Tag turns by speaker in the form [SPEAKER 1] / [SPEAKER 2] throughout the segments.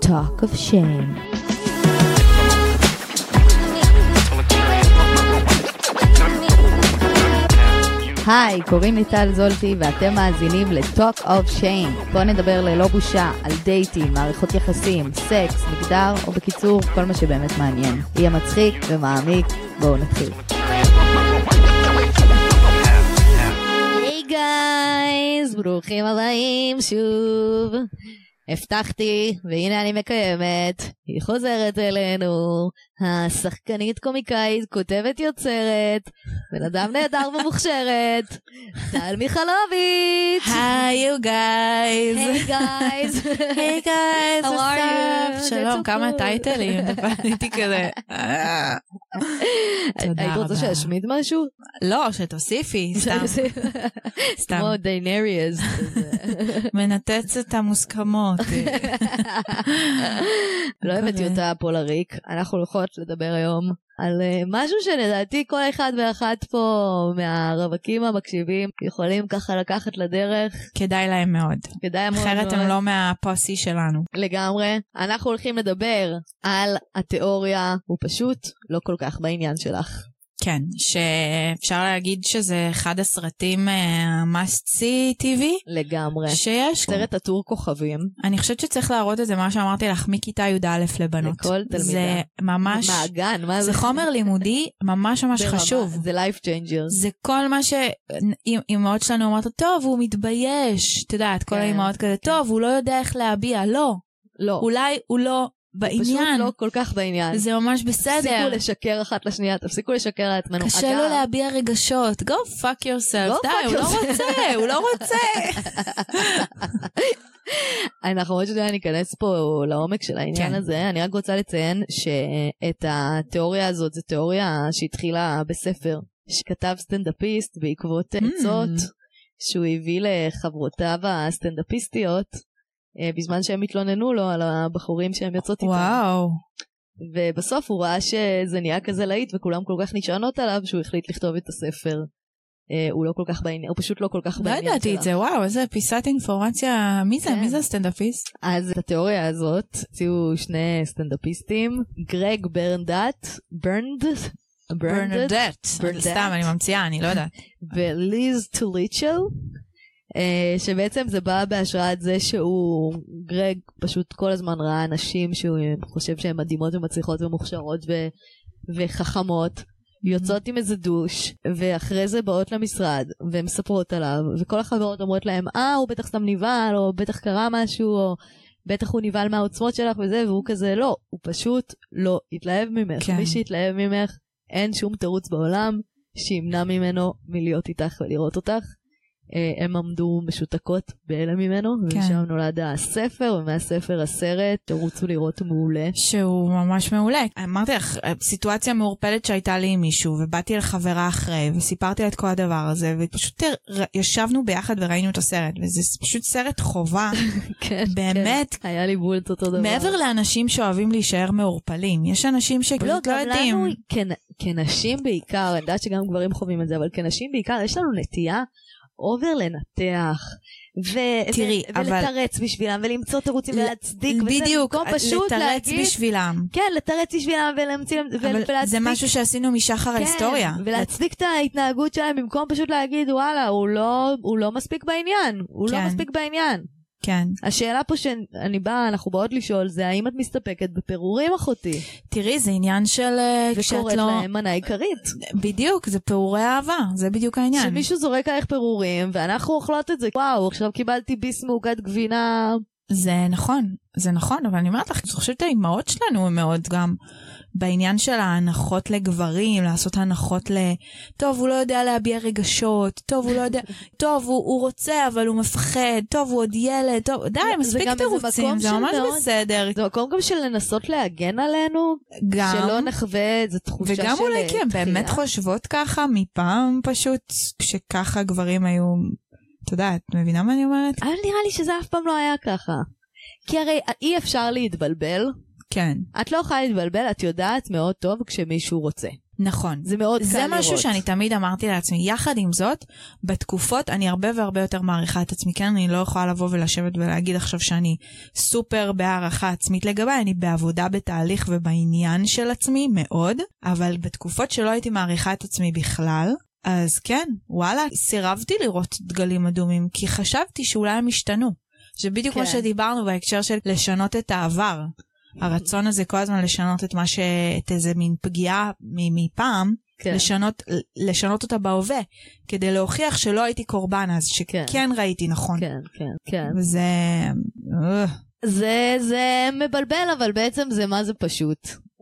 [SPEAKER 1] talk of shame. היי, קוראים לי טל זולטי ואתם מאזינים ל-Talk of Shame. בואו נדבר ללא בושה על דייטים, מערכות יחסים, סקס, מגדר, או בקיצור, כל מה שבאמת מעניין. יהיה מצחיק ומעמיק, בואו נתחיל. היי גייז, ברוכים הבאים שוב. הבטחתי, והנה אני מקיימת. היא חוזרת אלינו, השחקנית קומיקאית, כותבת יוצרת, בן אדם נהדר ומוכשרת, טל מיכלוביץ'.
[SPEAKER 2] היי יו גייז.
[SPEAKER 1] היי גייז.
[SPEAKER 2] היי גייז,
[SPEAKER 1] How are you?
[SPEAKER 2] אסף.
[SPEAKER 1] That's so
[SPEAKER 2] שלום, כמה
[SPEAKER 1] cool.
[SPEAKER 2] טייטלים. הייתי כזה. אה. תודה
[SPEAKER 1] היית רוצה
[SPEAKER 2] רבה.
[SPEAKER 1] שאשמיד משהו?
[SPEAKER 2] לא, שתוסיפי, סתם. סתם.
[SPEAKER 1] כמו דיינריאז.
[SPEAKER 2] מנתץ את המוסכמות.
[SPEAKER 1] לא הבאתי אותה פה לריק, אנחנו הולכות לדבר היום על אה, משהו שלדעתי כל אחד ואחת פה מהרווקים המקשיבים יכולים ככה לקחת לדרך,
[SPEAKER 2] כדאי להם מאוד.
[SPEAKER 1] כדאי מאוד
[SPEAKER 2] אחרת
[SPEAKER 1] מאוד.
[SPEAKER 2] הם לא מהפוסי שלנו.
[SPEAKER 1] לגמרי. אנחנו הולכים לדבר על התיאוריה, הוא פשוט לא כל כך בעניין שלך.
[SPEAKER 2] כן, שאפשר להגיד שזה אחד הסרטים אה, must see TV
[SPEAKER 1] לגמרי.
[SPEAKER 2] שיש.
[SPEAKER 1] סרט עטור כוכבים.
[SPEAKER 2] אני חושבת שצריך להראות את זה, מה שאמרתי לך, מכיתה י"א לבנות.
[SPEAKER 1] לכל תלמידה.
[SPEAKER 2] זה ממש...
[SPEAKER 1] מעגן, מה זה?
[SPEAKER 2] זה חומר לימודי ממש ממש
[SPEAKER 1] ברמה-
[SPEAKER 2] חשוב.
[SPEAKER 1] זה life changers.
[SPEAKER 2] זה כל מה שאימהות שלנו אומרות לו, טוב, הוא מתבייש. את יודעת, כל
[SPEAKER 1] כן.
[SPEAKER 2] האימהות כזה, טוב, הוא לא יודע איך להביע. לא,
[SPEAKER 1] לא.
[SPEAKER 2] אולי הוא לא
[SPEAKER 1] פשוט
[SPEAKER 2] בעניין.
[SPEAKER 1] לא כל כך בעניין.
[SPEAKER 2] זה ממש בסדר.
[SPEAKER 1] תפסיקו לשקר אחת לשנייה, תפסיקו לשקר לעצמנו.
[SPEAKER 2] קשה
[SPEAKER 1] אגב,
[SPEAKER 2] לו להביע רגשות. Go fuck
[SPEAKER 1] Go
[SPEAKER 2] yourself.
[SPEAKER 1] fuck
[SPEAKER 2] די, הוא לא
[SPEAKER 1] yourself.
[SPEAKER 2] רוצה, הוא לא רוצה.
[SPEAKER 1] אנחנו עוד שנייה ניכנס פה לעומק של העניין
[SPEAKER 2] כן.
[SPEAKER 1] הזה. אני רק רוצה לציין שאת התיאוריה הזאת, זו תיאוריה שהתחילה בספר שכתב סטנדאפיסט
[SPEAKER 2] Mm.
[SPEAKER 1] בעקבות עצות שהוא הביא לחברותיו הסטנדאפיסטיות. אה, בזמן שהם התלוננו לו על הבחורים שהם יוצאות איתם.
[SPEAKER 2] וואו.
[SPEAKER 1] ובסוף הוא ראה שזה נהיה כזה להיט וכולם כל כך נשענות עליו שהוא החליט לכתוב את הספר. אה, הוא לא כל כך בעניין, הוא פשוט לא כל כך
[SPEAKER 2] לא
[SPEAKER 1] בעניין שלה.
[SPEAKER 2] ידעתי את זה, וואו, איזה פיסת אינפורמציה. מי זה?
[SPEAKER 1] כן.
[SPEAKER 2] מי זה הסטנדאפיסט?
[SPEAKER 1] אז את התיאוריה הזאת הציעו שני סטנדאפיסטים, גרג ברנדט, ברנד, ברנדט, ברנדט.
[SPEAKER 2] סתם, אני ממציאה, אני לא יודעת.
[SPEAKER 1] וליז טוליצ'ל, אה, שבעצם זה בא בהשראת זה שהוא, גרג פשוט כל הזמן ראה נשים שהוא חושב שהן מדהימות ומצליחות ומוכשרות ו, וחכמות. יוצאות עם איזה דוש, ואחרי זה באות למשרד, והן מספרות עליו, וכל החברות אומרות להם, אה, הוא בטח סתם נבהל, או בטח קרה משהו, או בטח הוא נבהל מהעוצמות שלך וזה, והוא כזה, לא, הוא פשוט לא התלהב ממך.
[SPEAKER 2] כן.
[SPEAKER 1] מי שהתלהב ממך, אין שום תירוץ בעולם שימנע ממנו מלהיות איתך ולראות אותך. אה, הם עמדו משותקות בהלם ממנו,
[SPEAKER 2] כן.
[SPEAKER 1] ומשם נולד הספר, ומהספר הסרט, תרוצו לראות הוא מעולה.
[SPEAKER 2] שהוא ממש מעולה. אמרתי לך, אה, סיטואציה מעורפלת שהייתה לי עם מישהו, ובאתי לחברה אחרי, וסיפרתי לה את כל הדבר הזה, ופשוט ר- ישבנו ביחד וראינו את הסרט, וזה ס- פשוט סרט חובה,
[SPEAKER 1] כן,
[SPEAKER 2] באמת.
[SPEAKER 1] כן. היה לי בול את אותו דבר.
[SPEAKER 2] מעבר לאנשים שאוהבים להישאר מעורפלים, יש אנשים שפשוט לא
[SPEAKER 1] גם
[SPEAKER 2] יודעים.
[SPEAKER 1] לנו, כנ- כנשים בעיקר, אני יודעת שגם גברים חווים את זה, אבל כנשים בעיקר, יש לנו נטייה אובר לנתח. ו-
[SPEAKER 2] תראי,
[SPEAKER 1] ו-
[SPEAKER 2] אבל-
[SPEAKER 1] ולתרץ בשבילם, ולמצוא תירוצים
[SPEAKER 2] ל-
[SPEAKER 1] ולהצדיק, וזה
[SPEAKER 2] בדיוק,
[SPEAKER 1] במקום פשוט
[SPEAKER 2] לתרץ
[SPEAKER 1] להגיד,
[SPEAKER 2] בשבילם.
[SPEAKER 1] כן, לתרץ בשבילם ולהמציא, להם- ו-
[SPEAKER 2] אבל זה
[SPEAKER 1] ולהצדיק
[SPEAKER 2] משהו שעשינו משחר ההיסטוריה.
[SPEAKER 1] כן, ולהצדיק את ההתנהגות שלהם במקום פשוט להגיד וואלה, הוא לא, הוא לא מספיק בעניין, הוא לא
[SPEAKER 2] כן.
[SPEAKER 1] מספיק בעניין.
[SPEAKER 2] כן.
[SPEAKER 1] השאלה פה שאני באה, אנחנו באות לשאול, זה האם את מסתפקת בפירורים אחותי?
[SPEAKER 2] תראי, זה עניין של... אה, כשאת
[SPEAKER 1] וקוראת
[SPEAKER 2] לא...
[SPEAKER 1] להם מנה עיקרית.
[SPEAKER 2] בדיוק, זה פעורי אהבה, זה בדיוק העניין.
[SPEAKER 1] שמישהו זורק עליך פירורים, ואנחנו אוכלות את זה. וואו, עכשיו קיבלתי ביס מעוגת גבינה.
[SPEAKER 2] זה נכון, זה נכון, אבל אני אומרת לך, אני חושבת שהאימהות שלנו הן מאוד גם בעניין של ההנחות לגברים, לעשות הנחות ל... טוב, הוא לא יודע להביע רגשות, טוב, הוא לא יודע... טוב, הוא, הוא רוצה, אבל הוא מפחד, טוב, הוא עוד ילד, טוב, די,
[SPEAKER 1] זה גם
[SPEAKER 2] מספיק
[SPEAKER 1] איזה מקום
[SPEAKER 2] תירוצים, זה
[SPEAKER 1] של
[SPEAKER 2] ממש
[SPEAKER 1] מאוד-
[SPEAKER 2] בסדר.
[SPEAKER 1] זה מקום גם של לנסות להגן עלינו,
[SPEAKER 2] גם,
[SPEAKER 1] שלא נחווה איזו תחושה של אה,
[SPEAKER 2] וגם אולי כי הן
[SPEAKER 1] דחייה.
[SPEAKER 2] באמת חושבות ככה מפעם פשוט, כשככה גברים היו... אתה יודע, את מבינה מה אני אומרת?
[SPEAKER 1] אבל נראה לי שזה אף פעם לא היה ככה. כי הרי אי אפשר להתבלבל
[SPEAKER 2] כן.
[SPEAKER 1] את לא יכולה להתבלבל, את יודעת מאוד טוב כשמישהו רוצה.
[SPEAKER 2] נכון.
[SPEAKER 1] זה מאוד קל
[SPEAKER 2] זה
[SPEAKER 1] לראות.
[SPEAKER 2] משהו שאני תמיד אמרתי לעצמי. יחד עם זאת, בתקופות אני הרבה והרבה יותר מעריכה את עצמי. כן, אני לא יכולה לבוא ולשבת ולהגיד עכשיו שאני סופר בהערכה עצמית לגביי, אני בעבודה בתהליך ובעניין של עצמי מאוד, אבל בתקופות שלא הייתי מעריכה את עצמי בכלל, אז כן, וואלה, סירבתי לראות דגלים אדומים, כי חשבתי שאולי הם השתנו. זה בדיוק כן. מה
[SPEAKER 1] כן.
[SPEAKER 2] שדיברנו בהקשר של לשנות את העבר. הרצון הזה כל הזמן לשנות את מה ש... את איזה מין פגיעה מ- מפעם,
[SPEAKER 1] כן.
[SPEAKER 2] לשנות, לשנות אותה בהווה, כדי להוכיח שלא הייתי קורבן אז, שכן
[SPEAKER 1] כן.
[SPEAKER 2] ראיתי נכון.
[SPEAKER 1] כן, כן, כן.
[SPEAKER 2] וזה... אה,
[SPEAKER 1] זה, זה מבלבל, אבל בעצם זה מה זה פשוט.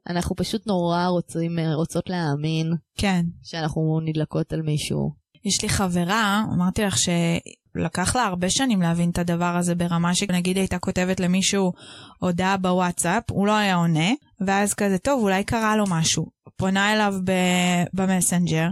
[SPEAKER 1] אנחנו פשוט נורא רוצים, אה, רוצות להאמין
[SPEAKER 2] כן.
[SPEAKER 1] שאנחנו נדלקות על מישהו.
[SPEAKER 2] יש לי חברה, אמרתי לך שלקח לה הרבה שנים להבין את הדבר הזה ברמה שנגיד היא הייתה כותבת למישהו הודעה בוואטסאפ, הוא לא היה עונה, ואז כזה, טוב, אולי קרה לו משהו. פונה אליו ב- במסנג'ר,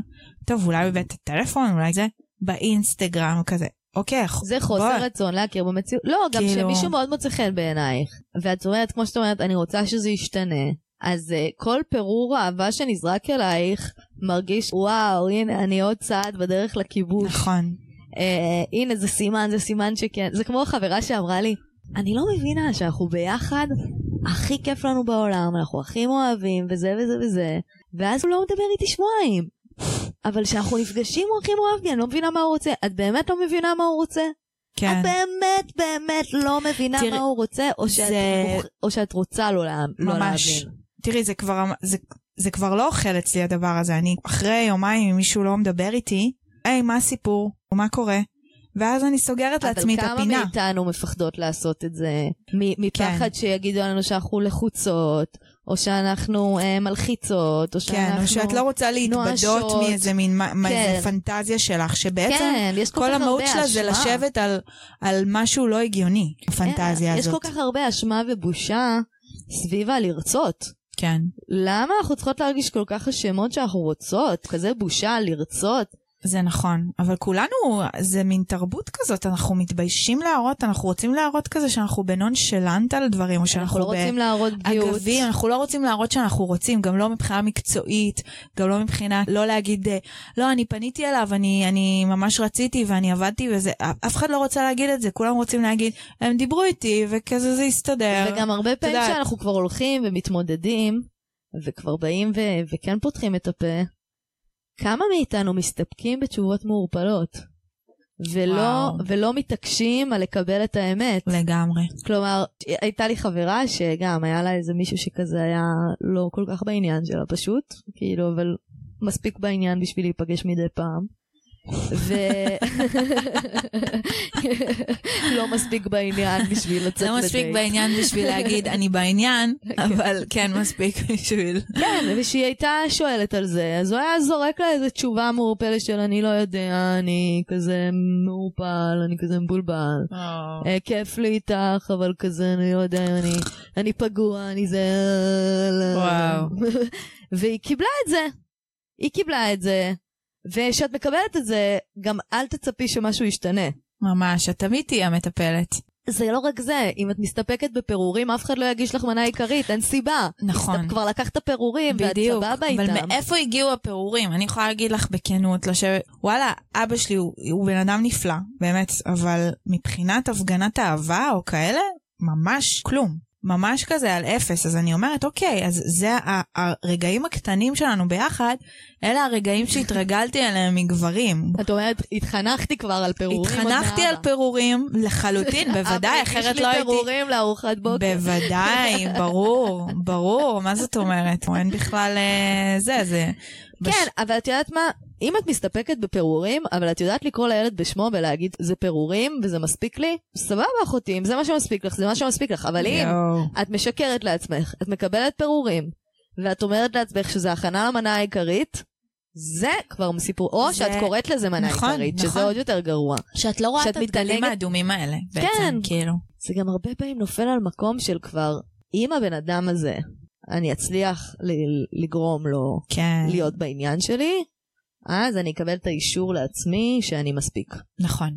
[SPEAKER 2] טוב, אולי בבית הטלפון, אולי זה, באינסטגרם, כזה. אוקיי,
[SPEAKER 1] זה חוסר רצון להכיר במציאות. לא, גם
[SPEAKER 2] כאילו-
[SPEAKER 1] שמישהו מאוד מוצא חן בעינייך. ואת אומרת, כמו שאת אומרת, אני רוצה שזה ישתנה. אז אה, כל פירור האהבה שנזרק אלייך מרגיש, וואו, הנה, אני עוד צעד בדרך לכיבוש.
[SPEAKER 2] נכון.
[SPEAKER 1] אה, הנה זה סימן, זה סימן שכן. זה כמו החברה שאמרה לי, אני לא מבינה שאנחנו ביחד, הכי כיף לנו בעולם, אנחנו הכי מאוהבים, וזה וזה וזה, ואז הוא לא מדבר איתי שבועיים. אבל כשאנחנו נפגשים הוא הכי מאוהב בי, אני לא מבינה מה הוא רוצה. את באמת לא מבינה מה הוא רוצה?
[SPEAKER 2] כן.
[SPEAKER 1] את באמת באמת לא מבינה
[SPEAKER 2] תראי,
[SPEAKER 1] מה הוא רוצה, או שאת,
[SPEAKER 2] זה-
[SPEAKER 1] מוכ- או שאת רוצה לא, לה... לא
[SPEAKER 2] ממש.
[SPEAKER 1] להבין.
[SPEAKER 2] תראי, זה כבר, אמ-, זה, זה כבר לא אוכל אצלי הדבר הזה. אני אחרי יומיים, אם מישהו לא מדבר איתי, היי, מה הסיפור? מה קורה? ואז אני סוגרת לעצמי את
[SPEAKER 1] אבל כמה
[SPEAKER 2] הפינה.
[SPEAKER 1] מאיתנו מפחדות לעשות את זה? מ- מפחד
[SPEAKER 2] כן.
[SPEAKER 1] שיגידו לנו שאנחנו לחוצות, או שאנחנו אה, מלחיצות, או שאנחנו...
[SPEAKER 2] כן, או שאת לא רוצה להתבדות
[SPEAKER 1] נואשות.
[SPEAKER 2] מאיזה מין מה- מה-
[SPEAKER 1] כן.
[SPEAKER 2] איזה פנטזיה שלך, שבעצם
[SPEAKER 1] כן, יש כל,
[SPEAKER 2] כל
[SPEAKER 1] כך
[SPEAKER 2] המהות
[SPEAKER 1] הרבה
[SPEAKER 2] שלה זה
[SPEAKER 1] אשמה.
[SPEAKER 2] לשבת על- על משהו לא הגיוני,
[SPEAKER 1] כן,
[SPEAKER 2] הפנטזיה
[SPEAKER 1] יש כל
[SPEAKER 2] הזאת.
[SPEAKER 1] כך הרבה אשמה ובושה סביב הלרצות.
[SPEAKER 2] כן,
[SPEAKER 1] למה אנחנו צריכות להרגיש כל כך אשמות שאנחנו רוצות? כזה בושה לרצות?
[SPEAKER 2] זה נכון. אבל כולנו, זה מין תרבות כזאת, אנחנו מתביישים להראות, אנחנו רוצים להראות כזה שאנחנו בנונשלנט על דברים, או
[SPEAKER 1] אנחנו
[SPEAKER 2] שאנחנו
[SPEAKER 1] לא
[SPEAKER 2] ב...
[SPEAKER 1] רוצים להראות פגיעות.
[SPEAKER 2] אגבי, אנחנו לא רוצים להראות שאנחנו רוצים, גם לא מבחינה מקצועית, גם לא מבחינה, לא להגיד, אה, לא, אני פניתי אליו, אני, אני ממש רציתי ואני עבדתי וזה, אף- אף אחד לא רוצה להגיד את זה, כולם רוצים להגיד, הם דיברו איתי וכזה זה הסתדר.
[SPEAKER 1] וגם הרבה פעמים
[SPEAKER 2] כן. יודעת.
[SPEAKER 1] שאנחנו כבר הולכים ומתמודדים, וכבר באים ו- וכן פותחים את הפה, כמה מאיתנו מסתפקים בתשובות מעורפלות? ולא,
[SPEAKER 2] וואו.
[SPEAKER 1] ולא מתעקשים על לקבל את האמת.
[SPEAKER 2] לגמרי.
[SPEAKER 1] כלומר, הייתה לי חברה שגם היה לה איזה מישהו שכזה היה לא כל כך בעניין שלה פשוט, כאילו, אבל מספיק בעניין בשביל להיפגש מדי פעם. ו... לא מספיק בעניין בשביל לצאת לדייט.
[SPEAKER 2] לא מספיק בעניין בשביל להגיד, אני בעניין, אבל כן מספיק בשביל...
[SPEAKER 1] כן, וכשהיא הייתה שואלת על זה, אז הוא היה זורק לה איזו תשובה מעורפלת של אני לא יודע, אני כזה מעורפל, אני כזה מבולבל. אה, כיף לי איתך, אבל כזה, אני לא יודע, אני, אני פגוע, אני זה... לא."
[SPEAKER 2] וואו.
[SPEAKER 1] והיא קיבלה את זה. היא קיבלה את זה. וכשאת מקבלת את זה, גם אל תצפי שמשהו ישתנה.
[SPEAKER 2] ממש, את תמיד תהיי המטפלת.
[SPEAKER 1] זה לא רק זה, אם את מסתפקת בפירורים, אף אחד לא יגיש לך מנה עיקרית, אין סיבה.
[SPEAKER 2] נכון.
[SPEAKER 1] את כבר לקחת פירורים, ואת
[SPEAKER 2] בדיוק,
[SPEAKER 1] סבבה איתם.
[SPEAKER 2] אבל מאיפה הגיעו הפירורים? אני יכולה להגיד לך בכנות, לשבת, וואלה, אבא שלי הוא, הוא בן אדם נפלא, באמת, אבל מבחינת הפגנת אהבה או כאלה, ממש כלום. ממש כזה על אפס, אז אני אומרת, אוקיי, אז זה ה- הרגעים הקטנים שלנו ביחד, אלה הרגעים שהתרגלתי אליהם מגברים.
[SPEAKER 1] את אומרת, התחנכתי כבר על פירורים. עוד
[SPEAKER 2] התחנכתי על
[SPEAKER 1] מאבא."
[SPEAKER 2] פירורים לחלוטין, בוודאי,
[SPEAKER 1] אבא
[SPEAKER 2] אחרת
[SPEAKER 1] הגיש
[SPEAKER 2] לא
[SPEAKER 1] לי
[SPEAKER 2] הייתי...
[SPEAKER 1] פירורים לארוחת בוקר.
[SPEAKER 2] בוודאי, ברור, ברור, מה זאת אומרת? אין בכלל אה, זה, זה... בש-
[SPEAKER 1] כן, אבל את יודעת מה? אם את מסתפקת בפירורים, אבל את יודעת לקרוא לילד בשמו ולהגיד, זה פירורים וזה מספיק לי, סבבה אחותי, אם זה מה שמספיק לך, זה מה שמספיק לך. אבל אם
[SPEAKER 2] יואו.
[SPEAKER 1] את משקרת לעצמך, את מקבלת פירורים, ואת אומרת לעצמך שזה הכנה למנה העיקרית, זה כבר סיפור, או
[SPEAKER 2] זה-
[SPEAKER 1] שאת קוראת לזה מנה
[SPEAKER 2] נכון,
[SPEAKER 1] עיקרית, שזה
[SPEAKER 2] נכון.
[SPEAKER 1] עוד יותר גרוע.
[SPEAKER 2] שאת לא
[SPEAKER 1] שאת
[SPEAKER 2] הדגלים
[SPEAKER 1] מתענגת-
[SPEAKER 2] האדומים האלה,
[SPEAKER 1] כן.
[SPEAKER 2] בעצם, כאילו.
[SPEAKER 1] זה גם הרבה פעמים נופל על מקום של כבר, אם הבן אדם הזה, אני אצליח ל- לגרום לו
[SPEAKER 2] כן,
[SPEAKER 1] להיות בעניין שלי, אז אני אקבל את האישור לעצמי שאני מספיק.
[SPEAKER 2] נכון.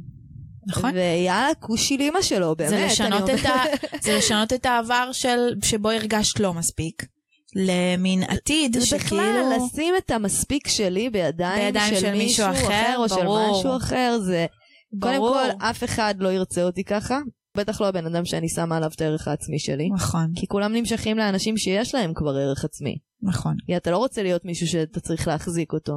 [SPEAKER 2] נכון.
[SPEAKER 1] ויאללה, כושי לאמא שלו, באמת.
[SPEAKER 2] זה
[SPEAKER 1] אני
[SPEAKER 2] לשנות,
[SPEAKER 1] אומרת.
[SPEAKER 2] את ה... זה לשנות את העבר של... שבו הרגשת לא מספיק, למין עתיד
[SPEAKER 1] זה
[SPEAKER 2] שכאילו...
[SPEAKER 1] בכלל, לא לשים את המספיק שלי בידיים
[SPEAKER 2] בידיים של
[SPEAKER 1] של
[SPEAKER 2] מישהו
[SPEAKER 1] מישהו
[SPEAKER 2] אחר,
[SPEAKER 1] אחר, או של
[SPEAKER 2] ברור.
[SPEAKER 1] משהו אחר, זה... קודם
[SPEAKER 2] ברור.
[SPEAKER 1] כל, אף אחד לא ירצה אותי ככה, בטח לא הבן אדם שאני שמה עליו את הערך העצמי שלי.
[SPEAKER 2] נכון,
[SPEAKER 1] כי כולם נמשכים לאנשים שיש להם כבר ערך עצמי.
[SPEAKER 2] נכון.
[SPEAKER 1] כי אתה לא רוצה להיות מישהו שאתה צריך להחזיק אותו.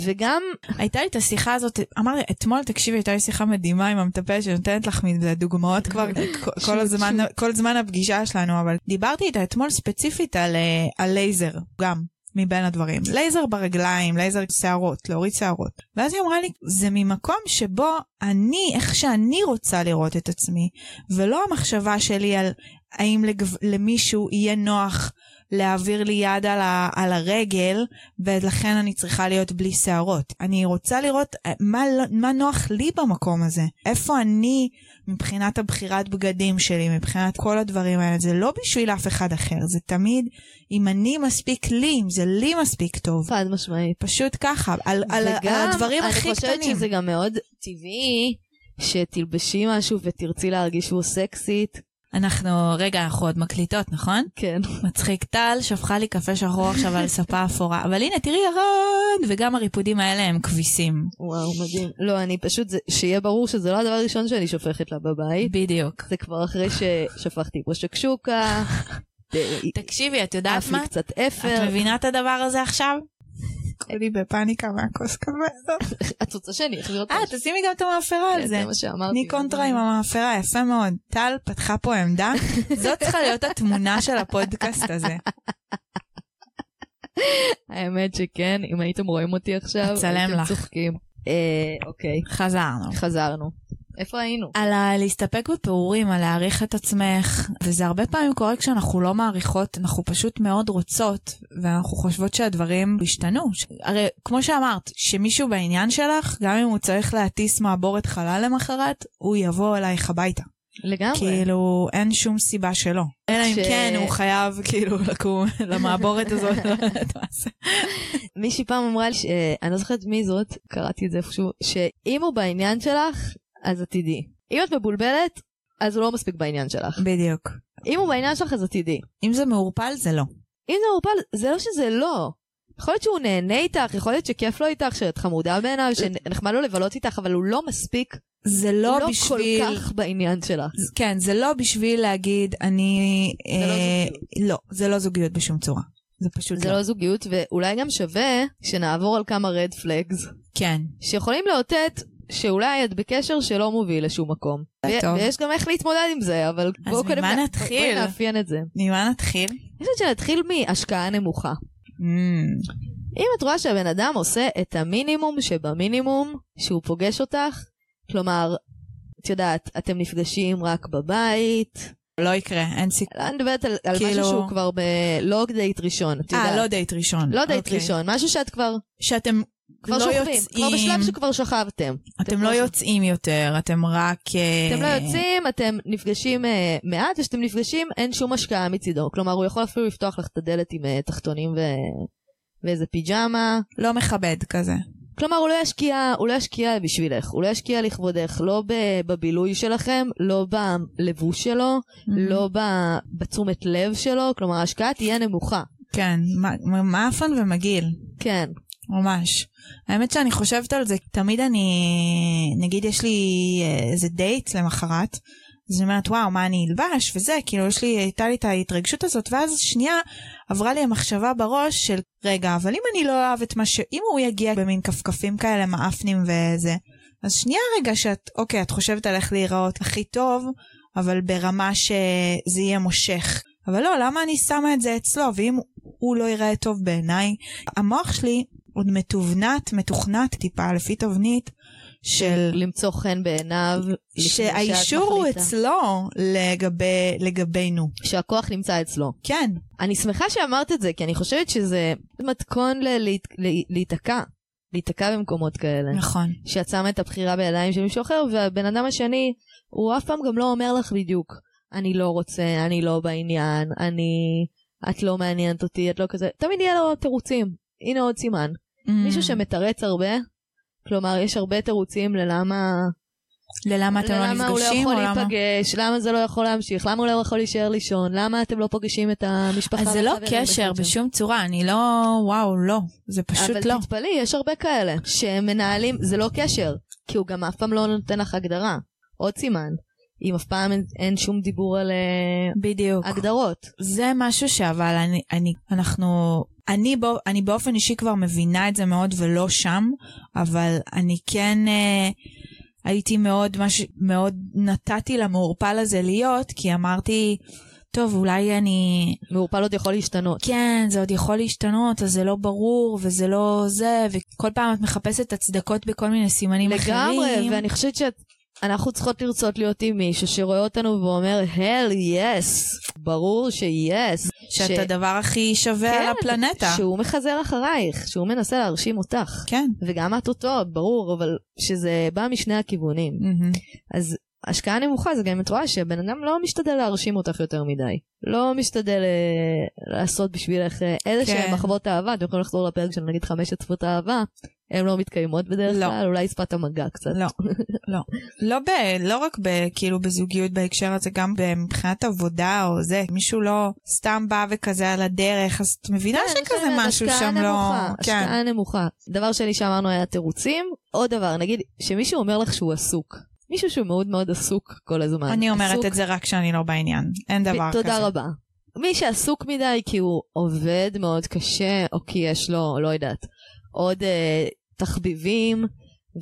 [SPEAKER 1] וגם,
[SPEAKER 2] הייתה לי את השיחה הזאת, אמרתי, אתמול, תקשיבי, הייתה לי שיחה מדהימה עם המטפלת שנותנת לך מזה דוגמאות כבר כל- כל הזמן, כל זמן הפגישה שלנו, אבל דיברתי איתה אתמול ספציפית על, אה, על לייזר, גם. מבין הדברים. לייזר ברגליים, לייזר שערות, להוריד שערות. ואז היא אמרה לי, זה ממקום שבו אני, איך שאני רוצה לראות את עצמי, ולא המחשבה שלי על האם לגב, למישהו יהיה נוח להעביר לי יד על, ה, על הרגל, ולכן אני צריכה להיות בלי שערות. אני רוצה לראות אה, מה, לא- מה נוח לי במקום הזה. איפה אני מבחינת הבחירת בגדים שלי, מבחינת כל הדברים האלה. זה לא בשביל אף אחד אחר, זה תמיד אם אני מספיק לי, אם זה לי מספיק טוב.
[SPEAKER 1] חד משמעית.
[SPEAKER 2] פשוט ככה, על, על, על
[SPEAKER 1] וגם,
[SPEAKER 2] הדברים הכי
[SPEAKER 1] אני חושבת
[SPEAKER 2] קטנים.
[SPEAKER 1] שזה גם מאוד טבעי שתלבשי משהו ותרצי להרגיש שהוא סקסית.
[SPEAKER 2] אנחנו, רגע, אנחנו עוד מקליטות, נכון?
[SPEAKER 1] כן.
[SPEAKER 2] מצחיק, טל שפכה לי קפה שחור עכשיו על ספה אפורה, אבל הנה, תראי ירון, וגם הריפודים האלה הם כביסים.
[SPEAKER 1] וואו, מדהים. לא, אני פשוט, זה- שיהיה ברור שזה לא הדבר הראשון שאני שופכת לה בבית.
[SPEAKER 2] בדיוק.
[SPEAKER 1] זה כבר אחרי ששפכתי פה שקשוקה,
[SPEAKER 2] תקשיבי, את יודעת
[SPEAKER 1] עף
[SPEAKER 2] מה?
[SPEAKER 1] לי קצת
[SPEAKER 2] את
[SPEAKER 1] אפר.
[SPEAKER 2] מבינה את הדבר הזה עכשיו? אני בפאניקה מהכוס כזה.
[SPEAKER 1] את רוצה שאני אחזיר אותך? כן,
[SPEAKER 2] אה, תשימי גם את המאפרה על זה.
[SPEAKER 1] זה מה שאמרתי.
[SPEAKER 2] אני קונטרה עם המאפרה, יפה מאוד. טל פתחה פה עמדה, זאת צריכה להיות התמונה של הפודקאסט הזה.
[SPEAKER 1] האמת שכן, אם הייתם רואים אותי עכשיו,
[SPEAKER 2] אצלם
[SPEAKER 1] הייתם
[SPEAKER 2] לך.
[SPEAKER 1] צוחקים. אה, אוקיי,
[SPEAKER 2] חזרנו.
[SPEAKER 1] חזרנו. איפה היינו?
[SPEAKER 2] על ה- להסתפק בפעורים, על להעריך את עצמך, וזה הרבה פעמים קורה כשאנחנו לא מעריכות, אנחנו פשוט מאוד רוצות, ואנחנו חושבות שהדברים השתנו. ש- הרי כמו שאמרת, שמישהו בעניין שלך, גם אם הוא צריך להטיס מעבורת חלל למחרת, הוא יבוא אלייך הביתה.
[SPEAKER 1] לגמרי.
[SPEAKER 2] כאילו, אין שום סיבה שלא. אלא אם
[SPEAKER 1] ש-
[SPEAKER 2] כן, הוא חייב כאילו לקום למעבורת הזאת. לא יודעת מה זה.
[SPEAKER 1] מישהי פעם אמרה לי, ש- אה, אני לא זוכרת מי זאת, קראתי את זה איפשהו, שאם הוא בעניין שלך, אז את תדעי. אם את מבולבלת, אז הוא לא מספיק בעניין שלך.
[SPEAKER 2] בדיוק.
[SPEAKER 1] אם הוא בעניין שלך, אז את תדעי.
[SPEAKER 2] אם זה מעורפל, זה לא.
[SPEAKER 1] אם זה מעורפל, זה לא שזה לא. יכול להיות שהוא נהנה איתך, יכול להיות שכיף לו איתך, שאת חמודה בעיניו, שנחמד לו לבלות איתך, אבל הוא לא מספיק,
[SPEAKER 2] זה לא
[SPEAKER 1] הוא לא כל
[SPEAKER 2] בשביל...
[SPEAKER 1] כך בעניין שלך.
[SPEAKER 2] זה- כן, זה לא בשביל להגיד, אני...
[SPEAKER 1] לא
[SPEAKER 2] אה, לא, זה לא זוגיות בשום צורה. זה פשוט
[SPEAKER 1] זה
[SPEAKER 2] לא.
[SPEAKER 1] לא זוגיות, ואולי גם שווה שנעבור על כמה רד פלגס,
[SPEAKER 2] כן,
[SPEAKER 1] שיכולים לאותת שאולי את בקשר שלא מוביל לשום מקום.
[SPEAKER 2] זה
[SPEAKER 1] ו-
[SPEAKER 2] טוב.
[SPEAKER 1] ויש גם איך להתמודד עם זה, אבל בואו קודם
[SPEAKER 2] ממה
[SPEAKER 1] נא-
[SPEAKER 2] נתחיל?
[SPEAKER 1] בואי נאפיין את זה.
[SPEAKER 2] ממה נתחיל?
[SPEAKER 1] אני חושבת שנתחיל מהשקעה נמוכה. Hmm,
[SPEAKER 2] Mm,
[SPEAKER 1] אם את רואה שהבן אדם עושה את המינימום שבמינימום שהוא פוגש אותך, כלומר, את יודעת, אתם נפגשים רק בבית,
[SPEAKER 2] לא יקרה, אין סיכוי.
[SPEAKER 1] לא, אני מדברת על, על
[SPEAKER 2] כאילו-
[SPEAKER 1] משהו שהוא כבר ב... לא דייט ראשון, את יודעת.
[SPEAKER 2] אה, לא דייט ראשון.
[SPEAKER 1] לא דייט
[SPEAKER 2] אוקיי.
[SPEAKER 1] ראשון, משהו שאת כבר,
[SPEAKER 2] שאתם
[SPEAKER 1] כבר
[SPEAKER 2] לא
[SPEAKER 1] שוכבים, כבר בשלב
[SPEAKER 2] יוצאים,
[SPEAKER 1] שכבר שכבתם.
[SPEAKER 2] אתם לא יוצאים יותר, אתם רק... אה,
[SPEAKER 1] אתם לא יוצאים, אתם נפגשים אה, מעט, וכשאתם נפגשים אין שום השקעה מצידו. כלומר, הוא יכול אפילו לפתוח לך את הדלת עם אה, תחתונים ו... ואיזה פיג'מה.
[SPEAKER 2] לא מכבד כזה.
[SPEAKER 1] כלומר, הוא לא ישקיע, הוא לא ישקיע בשבילך, הוא לא ישקיע לכבודך, לא ב- בבילוי שלכם, לא בלבוש שלו,
[SPEAKER 2] Mm-hmm.
[SPEAKER 1] לא ב- בתשומת לב שלו, כלומר, ההשקעה תהיה נמוכה.
[SPEAKER 2] כן, מ- מ- מאפן ומגעיל.
[SPEAKER 1] כן.
[SPEAKER 2] ממש. האמת שאני חושבת על זה, תמיד אני, נגיד יש לי אה, איזה דייט למחרת, אז אני אומרת וואו מה אני אלבש וזה, כאילו יש לי, הייתה לי את ההתרגשות הזאת, ואז שנייה עברה לי המחשבה בראש של רגע, אבל אם אני לא אוהב את מה ש... אם הוא יגיע במין כפכפים כאלה מאפנים וזה, אז שנייה רגע שאת, אוקיי, את חושבת על איך להיראות הכי טוב, אבל ברמה שזה יהיה מושך. אבל לא, למה אני שמה את זה אצלו? ואם הוא לא ייראה טוב בעיניי, המוח שלי עוד מתוונת, מתוכנת טיפה לפי תבנית של...
[SPEAKER 1] למצוא חן בעיניו. לפני שאת
[SPEAKER 2] שהאישור הוא
[SPEAKER 1] מחליטה.
[SPEAKER 2] אצלו לגבי, לגבינו.
[SPEAKER 1] שהכוח נמצא אצלו.
[SPEAKER 2] כן,
[SPEAKER 1] אני שמחה שאמרת את זה, כי אני חושבת שזה מתכון ל- להת- ל- להיתקע. להיתקע במקומות כאלה.
[SPEAKER 2] נכון.
[SPEAKER 1] שאת שמה את הבחירה בידיים של מישהו אחר, והבן אדם השני, הוא אף פעם גם לא אומר לך בדיוק, אני לא רוצה, אני לא בעניין, אני... את לא מעניינת אותי, את לא כזה... תמיד יהיה לו תירוצים. הנה עוד
[SPEAKER 2] Mm.
[SPEAKER 1] סימן. מישהו שמתרץ הרבה, כלומר, יש הרבה תירוצים ללמה...
[SPEAKER 2] ללמה אתם לא
[SPEAKER 1] למה הוא לא
[SPEAKER 2] נפגשים,
[SPEAKER 1] יכול
[SPEAKER 2] או למה...
[SPEAKER 1] להיפגש, למה זה לא יכול להמשיך, למה הוא לא יכול להישאר לישון, למה אתם לא פוגשים את המשפחה.
[SPEAKER 2] אז זה לא
[SPEAKER 1] והחברים
[SPEAKER 2] קשר
[SPEAKER 1] שלכם?
[SPEAKER 2] בשום צורה, אני לא... וואו, לא. זה פשוט לא.
[SPEAKER 1] אבל תתפלאי, יש הרבה כאלה שמנהלים, זה לא קשר, כי הוא גם אף פעם לא נותן לך הגדרה. עוד סימן, אם אף פעם אין, אין שום דיבור על אה,
[SPEAKER 2] בדיוק.
[SPEAKER 1] הגדרות.
[SPEAKER 2] זה משהו שאבל אני, אני, אנחנו, אני, בא, אני באופן אישי כבר מבינה את זה מאוד ולא שם, אבל אני כן אה, הייתי מאוד, מש, מאוד נתתי למעורפל הזה להיות, כי אמרתי, טוב, אולי אני,
[SPEAKER 1] מעורפל עוד יכול להשתנות.
[SPEAKER 2] כן, זה עוד יכול להשתנות, אז זה לא ברור, וזה לא זה, וכל פעם את מחפשת הצדקות בכל מיני סימנים אחרים.
[SPEAKER 1] לגמרי, ואני חושבת שאנחנו צריכות לרצות להיות עם מישהו שרואה אותנו ואומר, hell yes, ברור ש-yes.
[SPEAKER 2] שאת הדבר הכי שווה
[SPEAKER 1] כן,
[SPEAKER 2] על הפלנטה.
[SPEAKER 1] שהוא מחזר אחרייך, שהוא מנסה להרשים אותך.
[SPEAKER 2] כן.
[SPEAKER 1] וגם את אותו, ברור, אבל שזה בא משני הכיוונים.
[SPEAKER 2] מהמם.
[SPEAKER 1] אז השקעה נמוכה זה גם אם את רואה שהבן אדם לא משתדל להרשים אותך יותר מדי. לא משתדל אה, לעשות בשבילך אה, איזה
[SPEAKER 2] כן.
[SPEAKER 1] שהן מחוות אהבה, אתם יכולים לחזור לפרק של נגיד חמש עצבות אהבה, הן לא מתקיימות בדרך
[SPEAKER 2] לא.
[SPEAKER 1] כלל, אולי שפת המגע קצת.
[SPEAKER 2] לא, לא. לא, ב, לא רק ב, כאילו בזוגיות בהקשר הזה, גם ב- מבחינת עבודה או זה. מישהו לא סתם בא וכזה על הדרך, אז את מבינה
[SPEAKER 1] כן, אני
[SPEAKER 2] שכזה
[SPEAKER 1] אומרת,
[SPEAKER 2] משהו
[SPEAKER 1] השקעה
[SPEAKER 2] שם לא...
[SPEAKER 1] נמוכה,
[SPEAKER 2] כן.
[SPEAKER 1] השקעה נמוכה. דבר שני שאמרנו היה תירוצים. עוד דבר, נגיד, שמישהו אומר לך שהוא עסוק. מישהו שהוא מאוד מאוד עסוק כל הזמן.
[SPEAKER 2] אני
[SPEAKER 1] עסוק
[SPEAKER 2] אומרת את זה רק כשאני לא בעניין. אין דבר כזה.
[SPEAKER 1] תודה רבה. מי שעסוק מדי כי הוא עובד מאוד קשה, או כי יש לו, לא יודעת, עוד אה, תחביבים,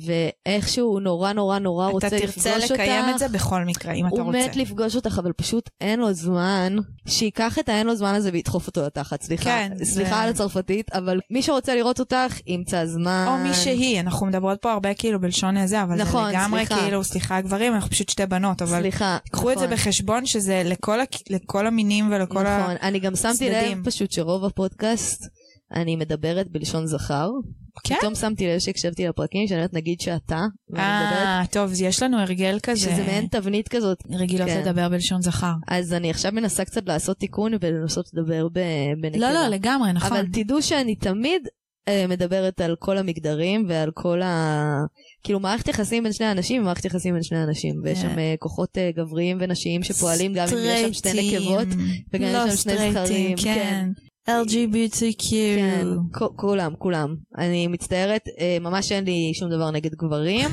[SPEAKER 1] ואיכשהו הוא נורא נורא נורא רוצה
[SPEAKER 2] אתה
[SPEAKER 1] לפגוש אותך.
[SPEAKER 2] תרצה לקיים את זה בכל מקרה, אם אתה
[SPEAKER 1] הוא
[SPEAKER 2] רוצה.
[SPEAKER 1] מת לפגוש אותך, אבל פשוט אין לו זמן. שייקח את האין לו זמן הזה וידחוף אותו לתחת. סליחה,
[SPEAKER 2] כן,
[SPEAKER 1] סליחה
[SPEAKER 2] זה-
[SPEAKER 1] על הצרפתית, אבל מי שרוצה לראות אותך, ימצא זמן.
[SPEAKER 2] או מי שהיא, אנחנו מדברות פה הרבה כאילו בלשון הזה, אבל
[SPEAKER 1] אה, נכון,
[SPEAKER 2] זה לגמרי
[SPEAKER 1] סליחה.
[SPEAKER 2] כאילו, סליחה גברים, אנחנו פשוט שתי בנות, אבל
[SPEAKER 1] סליחה.
[SPEAKER 2] קחו את זה
[SPEAKER 1] נכון.
[SPEAKER 2] בחשבון שזה לכל, הכ- לכל המינים ולכל ה...
[SPEAKER 1] נכון, אני גם שמתי לב
[SPEAKER 2] הצדדים.
[SPEAKER 1] פשוט שרוב הפודקאסט, אני מדברת בלשון זכר.
[SPEAKER 2] כן?
[SPEAKER 1] פתאום שמתי לב שהקשבתי לפרקים, שאני אומרת, נגיד שאתה, ואני מדברת,
[SPEAKER 2] אה, טוב, אז יש לנו הרגל כזה.
[SPEAKER 1] שזה מעין תבנית כזאת.
[SPEAKER 2] רגילות
[SPEAKER 1] כן.
[SPEAKER 2] לדבר בלשון זכר.
[SPEAKER 1] אז אני עכשיו מנסה קצת לעשות תיקון ולנסות לדבר ב- בנקבה.
[SPEAKER 2] לא, לא, לגמרי, נכון.
[SPEAKER 1] אבל תדעו שאני תמיד אה, מדברת על כל המגדרים ועל כל ה... כאילו, מערכת יחסים בין שני אנשים ומערכת יחסים בין שני אנשים. ויש
[SPEAKER 2] כן.
[SPEAKER 1] שם אה, כוחות אה, גבריים ונשיים שפועלים גם אם יש שם שתי נקבות. וגם יש שם שני זכרים,
[SPEAKER 2] לא, כן. LGBTQ.
[SPEAKER 1] כן,
[SPEAKER 2] כאילו.
[SPEAKER 1] כ- כולם, כולם. אני מצטערת, אה, ממש אין לי שום דבר נגד גברים.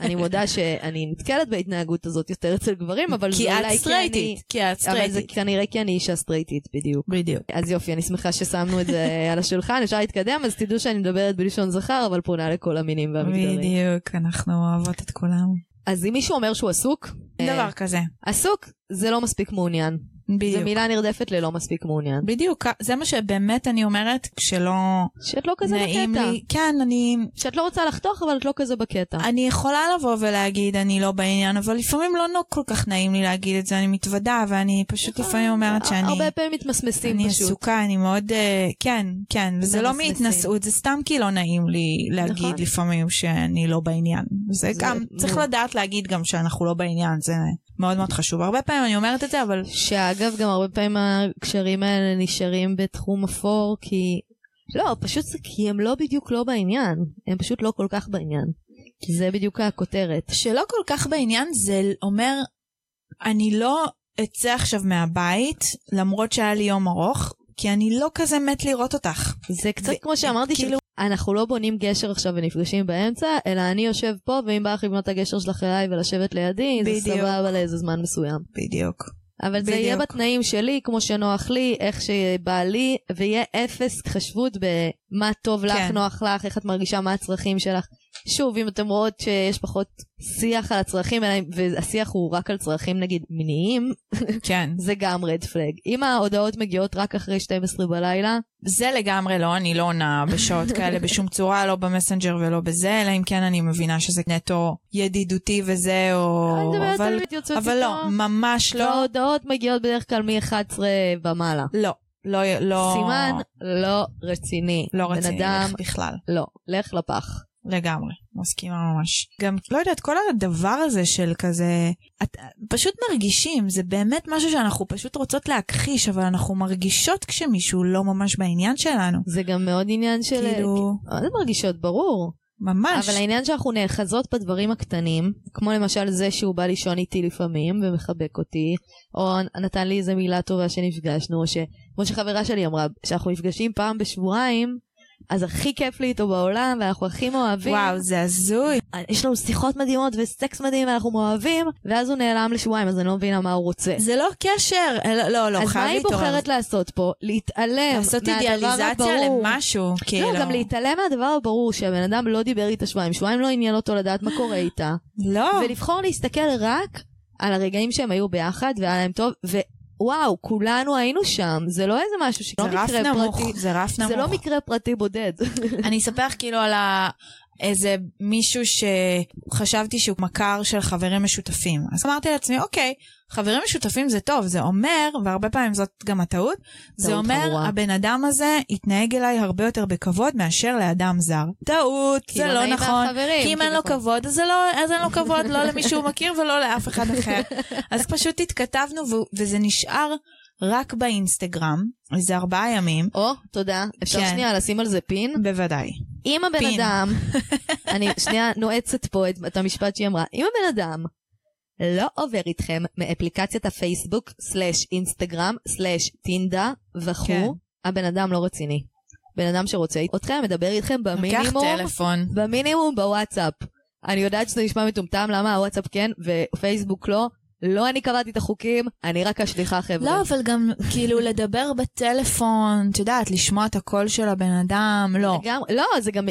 [SPEAKER 1] אני מודה שאני נתקלת בהתנהגות הזאת יותר אצל גברים, אבל זה
[SPEAKER 2] כי
[SPEAKER 1] אולי
[SPEAKER 2] את סטרייטית. כי את
[SPEAKER 1] אני... אבל זה
[SPEAKER 2] סטרייטית.
[SPEAKER 1] כנראה כי אני אישה סטרייטית, בדיוק.
[SPEAKER 2] בדיוק.
[SPEAKER 1] אז יופי, אני שמחה ששמנו את זה על השולחן, אפשר להתקדם, אז תדעו שאני מדברת בלשון זכר, אבל פונה לכל המינים והמגדרים.
[SPEAKER 2] בדיוק, אנחנו אוהבות את כולם.
[SPEAKER 1] אז אם מישהו אומר שהוא עסוק, אה,
[SPEAKER 2] דבר כזה.
[SPEAKER 1] עסוק זה לא מספיק מעוניין. זו
[SPEAKER 2] בדיוק.
[SPEAKER 1] מילה נרדפת ללא מספיק מעוניין.
[SPEAKER 2] בדיוק, זה מה שבאמת אני אומרת, כשלא
[SPEAKER 1] שאת לא כזה
[SPEAKER 2] נעים
[SPEAKER 1] בקטע.
[SPEAKER 2] לי. כן, אני...
[SPEAKER 1] שאת לא רוצה לחתוך, אבל את לא כזה בקטע.
[SPEAKER 2] אני יכולה לבוא ולהגיד אני לא בעניין, אבל לפעמים לא נו- כל כך נעים לי להגיד את זה, אני מתוודה, ואני פשוט לפעמים אומרת שאני...
[SPEAKER 1] נכון. אה, הרבה פעמים מתמסמסים
[SPEAKER 2] אני
[SPEAKER 1] פשוט.
[SPEAKER 2] עסוקה, אני מאוד... אה, כן, כן, וזה לא
[SPEAKER 1] ממסמסים.
[SPEAKER 2] מהתנשאות, זה סתם כי לא נעים לי להגיד
[SPEAKER 1] נכון.
[SPEAKER 2] לפעמים שאני לא בעניין. זה
[SPEAKER 1] זה-
[SPEAKER 2] גם, צריך
[SPEAKER 1] נו.
[SPEAKER 2] לדעת להגיד גם שאנחנו לא בעניין, זה מאוד מאוד חשוב. הרבה פעמים אני אומרת את זה, אבל...
[SPEAKER 1] שאגב, גם הרבה פעמים הקשרים האלה נשארים בתחום אפור, כי... לא, פשוט זה כי הם לא בדיוק לא בעניין. הם פשוט לא כל כך בעניין. זה בדיוק הכותרת.
[SPEAKER 2] שלא כל כך בעניין זה אומר, אני לא אצא עכשיו מהבית, למרות שהיה לי יום ארוך, כי אני לא כזה מת לראות אותך.
[SPEAKER 1] זה קצת
[SPEAKER 2] ו-
[SPEAKER 1] כמו שאמרתי,
[SPEAKER 2] כאילו-
[SPEAKER 1] כאילו... אנחנו לא בונים גשר עכשיו ונפגשים באמצע, אלא אני יושב פה, ואם בא לך לבנות את הגשר שלך אליי ולשבת לידי, זה
[SPEAKER 2] בדיוק.
[SPEAKER 1] סבבה לאיזה זמן מסוים.
[SPEAKER 2] בדיוק.
[SPEAKER 1] אבל זה יהיה
[SPEAKER 2] בדיוק.
[SPEAKER 1] בתנאים שלי, כמו שנוח לי, איך שבא לי, ויהיה אפס חשבות במה טוב לך,
[SPEAKER 2] כן.
[SPEAKER 1] נוח לך, איך את מרגישה, מה הצרכים שלך. שוב, אם אתם רואות שיש פחות שיח על הצרכים, אלא אם- והשיח הוא רק על צרכים נגיד מיניים,
[SPEAKER 2] כן.
[SPEAKER 1] זה גם רד פלג. אם ההודעות מגיעות רק אחרי 12 בלילה,
[SPEAKER 2] זה לגמרי לא, אני לא עונה בשעות כאלה בשום צורה, לא במסנג'ר ולא בזה, אלא אם כן אני מבינה שזה נטו ידידותי וזה, או...
[SPEAKER 1] אני מדברת
[SPEAKER 2] אבל,
[SPEAKER 1] על יוצאות
[SPEAKER 2] אבל לא,
[SPEAKER 1] איתו.
[SPEAKER 2] ממש לא,
[SPEAKER 1] וההודעות מגיעות בדרך כלל מ-11 ומעלה.
[SPEAKER 2] לא, לא, לא,
[SPEAKER 1] סימן לא רציני.
[SPEAKER 2] לא רציני
[SPEAKER 1] בן אדם,
[SPEAKER 2] לך בכלל,
[SPEAKER 1] לא, לך לפח.
[SPEAKER 2] לגמרי, מסכימה ממש. גם, לא יודעת, כל הדבר הזה של כזה, את, פשוט מרגישים, זה באמת משהו שאנחנו פשוט רוצות להכחיש, אבל אנחנו מרגישות כשמישהו לא ממש בעניין שלנו.
[SPEAKER 1] אה, זה גם מאוד עניין של...
[SPEAKER 2] כאילו,
[SPEAKER 1] מה זה מרגישות? ברור.
[SPEAKER 2] ממש.
[SPEAKER 1] אבל העניין שאנחנו נאחזות בדברים הקטנים, כמו למשל זה שהוא בא לישון איתי לפעמים ומחבק אותי, או נתן לי איזה מילה טובה שנפגשנו, או שכמו שחברה שלי אמרה, שאנחנו נפגשים פעם בשבועיים, אז הכי כיף לי איתו בעולם, ואנחנו הכי מאוהבים. אה,
[SPEAKER 2] וואו, זה הזוי.
[SPEAKER 1] יש לנו שיחות מדהימות וסקס מדהים, ואנחנו מאוהבים, ואז הוא נעלם לשבועיים, אז אני לא מבינה מה הוא רוצה.
[SPEAKER 2] זה לא קשר. אה, לא, לא, לא,
[SPEAKER 1] אז מה
[SPEAKER 2] חייב
[SPEAKER 1] היא
[SPEAKER 2] להתעורר.
[SPEAKER 1] בוחרת לעשות פה? להתעלם
[SPEAKER 2] לעשות
[SPEAKER 1] מהדבר
[SPEAKER 2] אידיאליזציה
[SPEAKER 1] הברור.
[SPEAKER 2] למשהו, כאילו.
[SPEAKER 1] לא, גם להתעלם מהדבר הברור שהבן אדם לא דיבר איתה שבועיים, שבועיים לא עניין אותו לדעת מה קורה איתה,
[SPEAKER 2] לא.
[SPEAKER 1] ולבחור להסתכל רק על הרגעים שהם היו ביחד והיה להם טוב, ווואו, כולנו היינו שם, זה לא איזה משהו שלא
[SPEAKER 2] זה רף
[SPEAKER 1] מקרה
[SPEAKER 2] נמוך,
[SPEAKER 1] פרטי,
[SPEAKER 2] זה רף נמוך.
[SPEAKER 1] זה לא מקרה פרטי בודד.
[SPEAKER 2] אני אספר לך כאילו על ה... איזה מישהו שחשבתי שהוא מכר של חברים משותפים. אז אמרתי לעצמי, אוקיי, חברים משותפים זה טוב, זה אומר, והרבה פעמים זאת גם הטעות, זה
[SPEAKER 1] טעות
[SPEAKER 2] אומר,
[SPEAKER 1] חמורה.
[SPEAKER 2] הבן אדם הזה יתנהג אליי הרבה יותר בכבוד מאשר לאדם זר. טעות,
[SPEAKER 1] כי
[SPEAKER 2] זה
[SPEAKER 1] לא
[SPEAKER 2] לא
[SPEAKER 1] נעים
[SPEAKER 2] נכון.
[SPEAKER 1] מהחברים,
[SPEAKER 2] כי אם
[SPEAKER 1] כי
[SPEAKER 2] אין לו
[SPEAKER 1] נכון.
[SPEAKER 2] כבוד, אז זה לא- אז אין לו כבוד לא למי שהוא מכיר ולא לאף אחד אחר. אז פשוט התכתבנו, ו- וזה נשאר רק באינסטגרם, איזה ארבעה ימים.
[SPEAKER 1] או, תודה. אפשר
[SPEAKER 2] כן.
[SPEAKER 1] שנייה לשים על זה פין?
[SPEAKER 2] בוודאי.
[SPEAKER 1] אם הבן
[SPEAKER 2] פין.
[SPEAKER 1] אדם, אני שנייה נועצת פה את, את המשפט שהיא אמרה, אם הבן אדם לא עובר איתכם מאפליקציית הפייסבוק, סלאש אינסטגרם, סלאש טינדה וכו',
[SPEAKER 2] כן.
[SPEAKER 1] הבן אדם לא רציני. בן אדם שרוצה אתכם, מדבר איתכם
[SPEAKER 2] לוקח
[SPEAKER 1] במינימום,
[SPEAKER 2] טלפון.
[SPEAKER 1] במינימום בוואטסאפ. אני יודעת שזה נשמע מטומטם, למה הוואטסאפ כן ופייסבוק לא. לא אני קבעתי את החוקים, אני רק השליחה חבר'ה.
[SPEAKER 2] לא, אבל גם כאילו לדבר בטלפון, את יודעת, לשמוע את הקול של הבן אדם, לא.
[SPEAKER 1] לגמרי, לא, זה גם...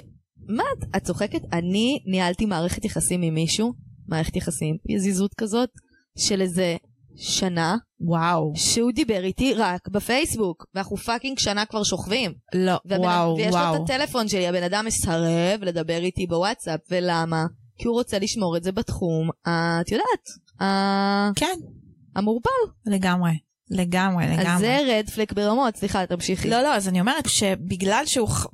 [SPEAKER 1] מה את? את צוחקת? אני ניהלתי מערכת יחסים עם מישהו, מערכת יחסים, יזיזות כזאת, של איזה שנה,
[SPEAKER 2] וואו.
[SPEAKER 1] שהוא דיבר איתי רק בפייסבוק, ואנחנו פאקינג שנה כבר שוכבים.
[SPEAKER 2] לא,
[SPEAKER 1] והבן-
[SPEAKER 2] וואו,
[SPEAKER 1] ויש לו
[SPEAKER 2] וואו.
[SPEAKER 1] את הטלפון שלי, הבן אדם מסרב לדבר איתי בוואטסאפ, ולמה? כי הוא רוצה לשמור את זה בתחום, ה- את יודעת, ה-
[SPEAKER 2] כן,
[SPEAKER 1] המעורפל.
[SPEAKER 2] לגמרי. לגמרי,
[SPEAKER 1] אז
[SPEAKER 2] לגמרי.
[SPEAKER 1] זה רדפלק ברמות, סליחה, תמשיכי.
[SPEAKER 2] לא, לא, אז אני אומרת שבגלל שהוא ח-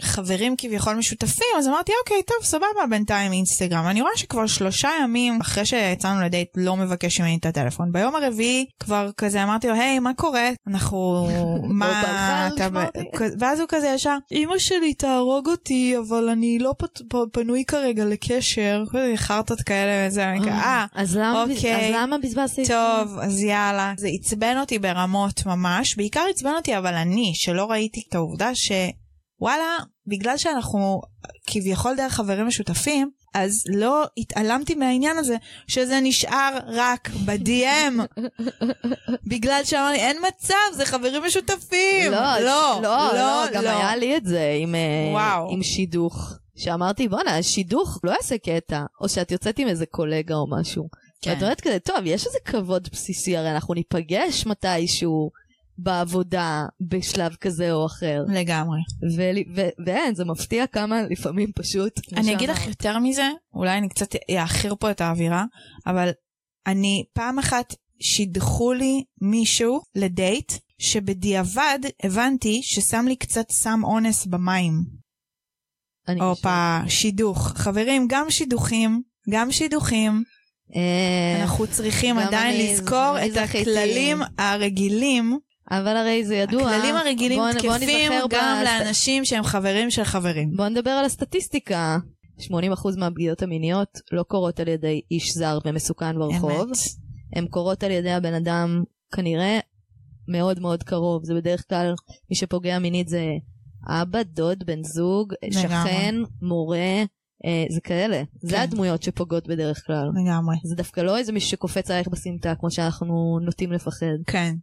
[SPEAKER 2] חברים כביכול משותפים, אז אמרתי, אוקיי, טוב, סבבה, בינתיים אינסטגרם. אני רואה שכבר שלושה ימים אחרי שיצאנו לדייט, לא מבקש ממני את הטלפון. ביום הרביעי כבר כזה אמרתי לו, היי, מה קורה? אנחנו...
[SPEAKER 1] לא
[SPEAKER 2] מה...
[SPEAKER 1] בא לך
[SPEAKER 2] אתה...
[SPEAKER 1] לשמוע
[SPEAKER 2] ב- כ- ואז הוא כזה ישר, אמא שלי תהרוג אותי, אבל אני לא פת- פ- פנוי כרגע לקשר. כזה חרטות כאלה וזה, אני כזה, אה.
[SPEAKER 1] אז למה בז-
[SPEAKER 2] אוקיי.
[SPEAKER 1] אז למה בזבזתי?
[SPEAKER 2] טוב, אז יאללה. זה עצבן אותי ברמות ממש, בעיקר עצבן אותי אבל אני, שלא ראיתי את העובדה שוואלה, בגלל שאנחנו כביכול דרך חברים משותפים, אז לא התעלמתי מהעניין הזה שזה נשאר רק ב-DM. בגלל שאמר לי, אין מצב, זה חברים משותפים.
[SPEAKER 1] לא,
[SPEAKER 2] לא,
[SPEAKER 1] לא, לא, גם
[SPEAKER 2] לא.
[SPEAKER 1] היה לי את זה עם, אה,
[SPEAKER 2] וואו.
[SPEAKER 1] עם שידוך. שאמרתי, בואנה, השידוך לא יעשה קטע. או שאת יוצאת עם איזה קולגה או משהו.
[SPEAKER 2] כן.
[SPEAKER 1] ואת אומרת כזה, טוב, יש איזה כבוד בסיסי, הרי אנחנו ניפגש מתישהו בעבודה בשלב כזה או אחר.
[SPEAKER 2] לגמרי.
[SPEAKER 1] ול- ו- ואין, זה מפתיע כמה לפעמים פשוט. כמו
[SPEAKER 2] אני אגיד לך
[SPEAKER 1] שאמרת.
[SPEAKER 2] יותר מזה, אולי אני קצת אעכיר פה את האווירה, אבל אני פעם אחת שידחו לי מישהו לדייט, שבדיעבד הבנתי ששם לי קצת סם אונס במים.
[SPEAKER 1] אני חושבת.
[SPEAKER 2] הופה, שידוך. חברים, גם שידוכים, גם שידוכים,
[SPEAKER 1] אה,
[SPEAKER 2] אנחנו צריכים
[SPEAKER 1] גם
[SPEAKER 2] עדיין
[SPEAKER 1] אני-
[SPEAKER 2] לזכור
[SPEAKER 1] אני
[SPEAKER 2] את
[SPEAKER 1] זכיתי.
[SPEAKER 2] הכללים הרגילים.
[SPEAKER 1] אבל הרי זה ידוע.
[SPEAKER 2] הכללים הרגילים
[SPEAKER 1] בוא- בוא
[SPEAKER 2] תקפים
[SPEAKER 1] נזכר
[SPEAKER 2] גם
[SPEAKER 1] בסט-
[SPEAKER 2] לאנשים שהם חברים של חברים.
[SPEAKER 1] בואו נדבר על הסטטיסטיקה. 80% מהפגיעות המיניות לא קורות על ידי איש זר ומסוכן ברחוב.
[SPEAKER 2] אמת.
[SPEAKER 1] הן קורות על ידי הבן אדם כנראה מאוד מאוד קרוב. זה בדרך כלל, מי שפוגע מינית זה אבא, דוד, בן זוג,
[SPEAKER 2] לגמרי.
[SPEAKER 1] שכן, מורה, אה, זה כאלה. זה
[SPEAKER 2] כן.
[SPEAKER 1] הדמויות שפוגעות בדרך כלל.
[SPEAKER 2] לגמרי.
[SPEAKER 1] זה דווקא לא איזה מישהו שקופץ עלייך בסמטה כמו שאנחנו נוטים לפחד.
[SPEAKER 2] כן.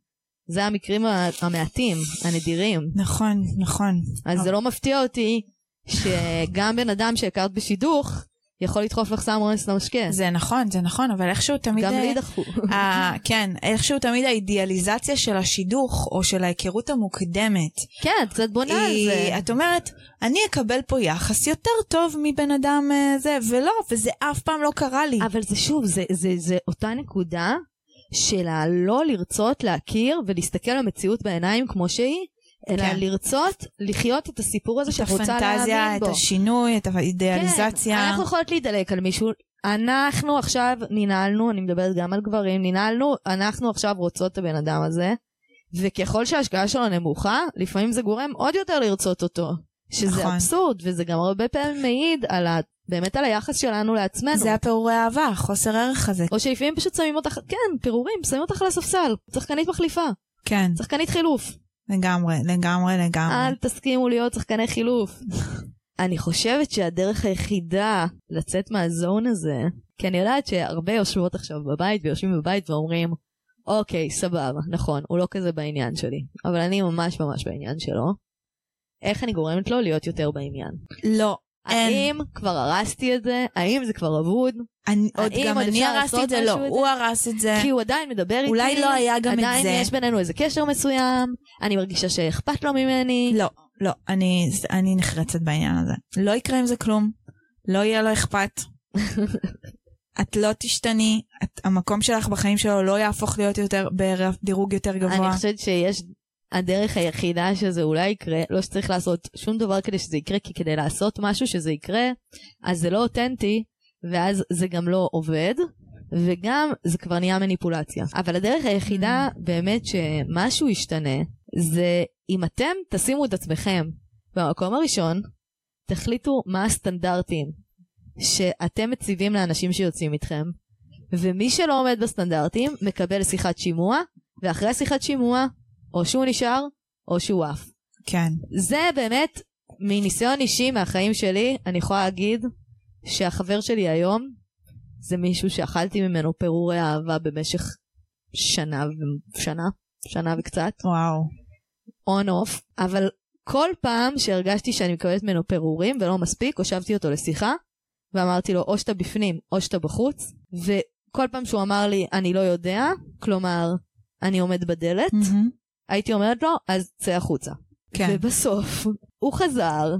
[SPEAKER 1] זה המקרים ה- המעטים, הנדירים.
[SPEAKER 2] נכון, נכון.
[SPEAKER 1] אז זה לא מפתיע אותי שגם בן אדם שהכרת בשידוך יכול לדחוף לך סם אונס למשקה.
[SPEAKER 2] זה נכון, זה נכון, אבל איכשהו תמיד...
[SPEAKER 1] כן. גם
[SPEAKER 2] אה,
[SPEAKER 1] לי דחפו.
[SPEAKER 2] אה, כן, איכשהו תמיד האידיאליזציה של השידוך, או של ההיכרות המוקדמת,
[SPEAKER 1] כן, את קצת בונה על זה.
[SPEAKER 2] היא, את אומרת, אני אקבל פה יחס יותר טוב מבן אדם אה, זה, ולא, וזה אף פעם לא קרה לי.
[SPEAKER 1] אבל זה שוב, זה, זה, זה אותה נקודה של הלא לרצות להכיר ולהסתכל למציאות בעיניים כמו שהיא, אלא
[SPEAKER 2] כן.
[SPEAKER 1] לרצות לחיות את הסיפור הזה שאת
[SPEAKER 2] את
[SPEAKER 1] רוצה
[SPEAKER 2] הפנטזיה,
[SPEAKER 1] להאמין
[SPEAKER 2] את
[SPEAKER 1] בו.
[SPEAKER 2] השינוי, את
[SPEAKER 1] כן,
[SPEAKER 2] האידיאליזציה.
[SPEAKER 1] אנחנו יכולות להידלק על מישהו. אנחנו עכשיו ננעלנו, אני מדברת גם על גברים, ננעלנו, אנחנו עכשיו רוצות את הבן אדם הזה, וככל שההשקעה שלו נמוכה, לפעמים זה גורם עוד יותר לרצות אותו. שזה
[SPEAKER 2] נכון.
[SPEAKER 1] אבסורד, וזה גם הרבה פעמים מעיד על ה... באמת על היחס שלנו לעצמנו.
[SPEAKER 2] זה הפירורי אהבה, החוסר ערך הזה.
[SPEAKER 1] או שלפעמים פשוט שמים אותך, כן, פירורים, שמים אותך על הספסל, שחקנית מחליפה,
[SPEAKER 2] כן,
[SPEAKER 1] שחקנית חילוף.
[SPEAKER 2] לגמרי, לגמרי, לגמרי.
[SPEAKER 1] אל תסכימו להיות שחקני חילוף. אני חושבת שהדרך היחידה לצאת מהזון הזה, כי אני יודעת שהרבה יושבות עכשיו בבית ויושבים בבית ואומרים, אוקיי, סבבה, נכון, הוא לא כזה בעניין שלי, אבל אני ממש ממש בעניין שלו. איך אני גורמת לו להיות יותר בעניין?
[SPEAKER 2] לא. אין.
[SPEAKER 1] האם כבר הרסתי את זה? האם זה כבר אבוד?
[SPEAKER 2] אני, עוד
[SPEAKER 1] האם
[SPEAKER 2] גם
[SPEAKER 1] עוד
[SPEAKER 2] אני
[SPEAKER 1] אפשר
[SPEAKER 2] הרסתי
[SPEAKER 1] לעשות
[SPEAKER 2] את זה, לא,
[SPEAKER 1] משהו את
[SPEAKER 2] הוא הרס את זה.
[SPEAKER 1] כי הוא עדיין מדבר איתי.
[SPEAKER 2] אה. אולי לא היה גם את
[SPEAKER 1] עדיין
[SPEAKER 2] זה.
[SPEAKER 1] יש בינינו איזה קשר מסוים, אני מרגישה שאכפת לו ממני.
[SPEAKER 2] לא, לא, אני, אני נחרצת בעניין הזה. לא יקרה עם זה כלום, לא יהיה לו אכפת. את לא תשתני, את, המקום שלך בחיים שלו לא יהפוך להיות יותר, בדירוג יותר
[SPEAKER 1] אני
[SPEAKER 2] גבוה.
[SPEAKER 1] חושבת שיש, הדרך היחידה שזה אולי יקרה, לא שצריך לעשות שום דבר כדי שזה יקרה, כי כדי לעשות משהו שזה יקרה, אז זה לא אותנטי, ואז זה גם לא עובד, וגם זה כבר נהיה מניפולציה. אבל הדרך היחידה באמת שמשהו ישתנה, זה אם אתם תשימו את עצמכם במקום הראשון, תחליטו מה הסטנדרטים שאתם מציבים לאנשים שיוצאים איתכם, ומי שלא עומד בסטנדרטים מקבל שיחת שימוע, ואחרי שיחת שימוע, או שהוא נשאר, או שהוא עף.
[SPEAKER 2] כן.
[SPEAKER 1] זה באמת, מניסיון אישי מהחיים שלי, אני יכולה להגיד שהחבר שלי היום, זה מישהו שאכלתי ממנו פירורי אהבה במשך שנה, ו- שנה, שנה וקצת,
[SPEAKER 2] וואו.
[SPEAKER 1] און אוף, אבל כל פעם שהרגשתי שאני מקבלת ממנו פירורים ולא מספיק, הושבתי אותו לשיחה, ואמרתי לו, או שאתה בפנים, או שאתה בחוץ, וכל פעם שהוא אמר לי, אני לא יודע, כלומר, אני עומד בדלת,
[SPEAKER 2] מהמם.
[SPEAKER 1] הייתי אומרת לו, אז צא החוצה.
[SPEAKER 2] כן.
[SPEAKER 1] ובסוף, הוא חזר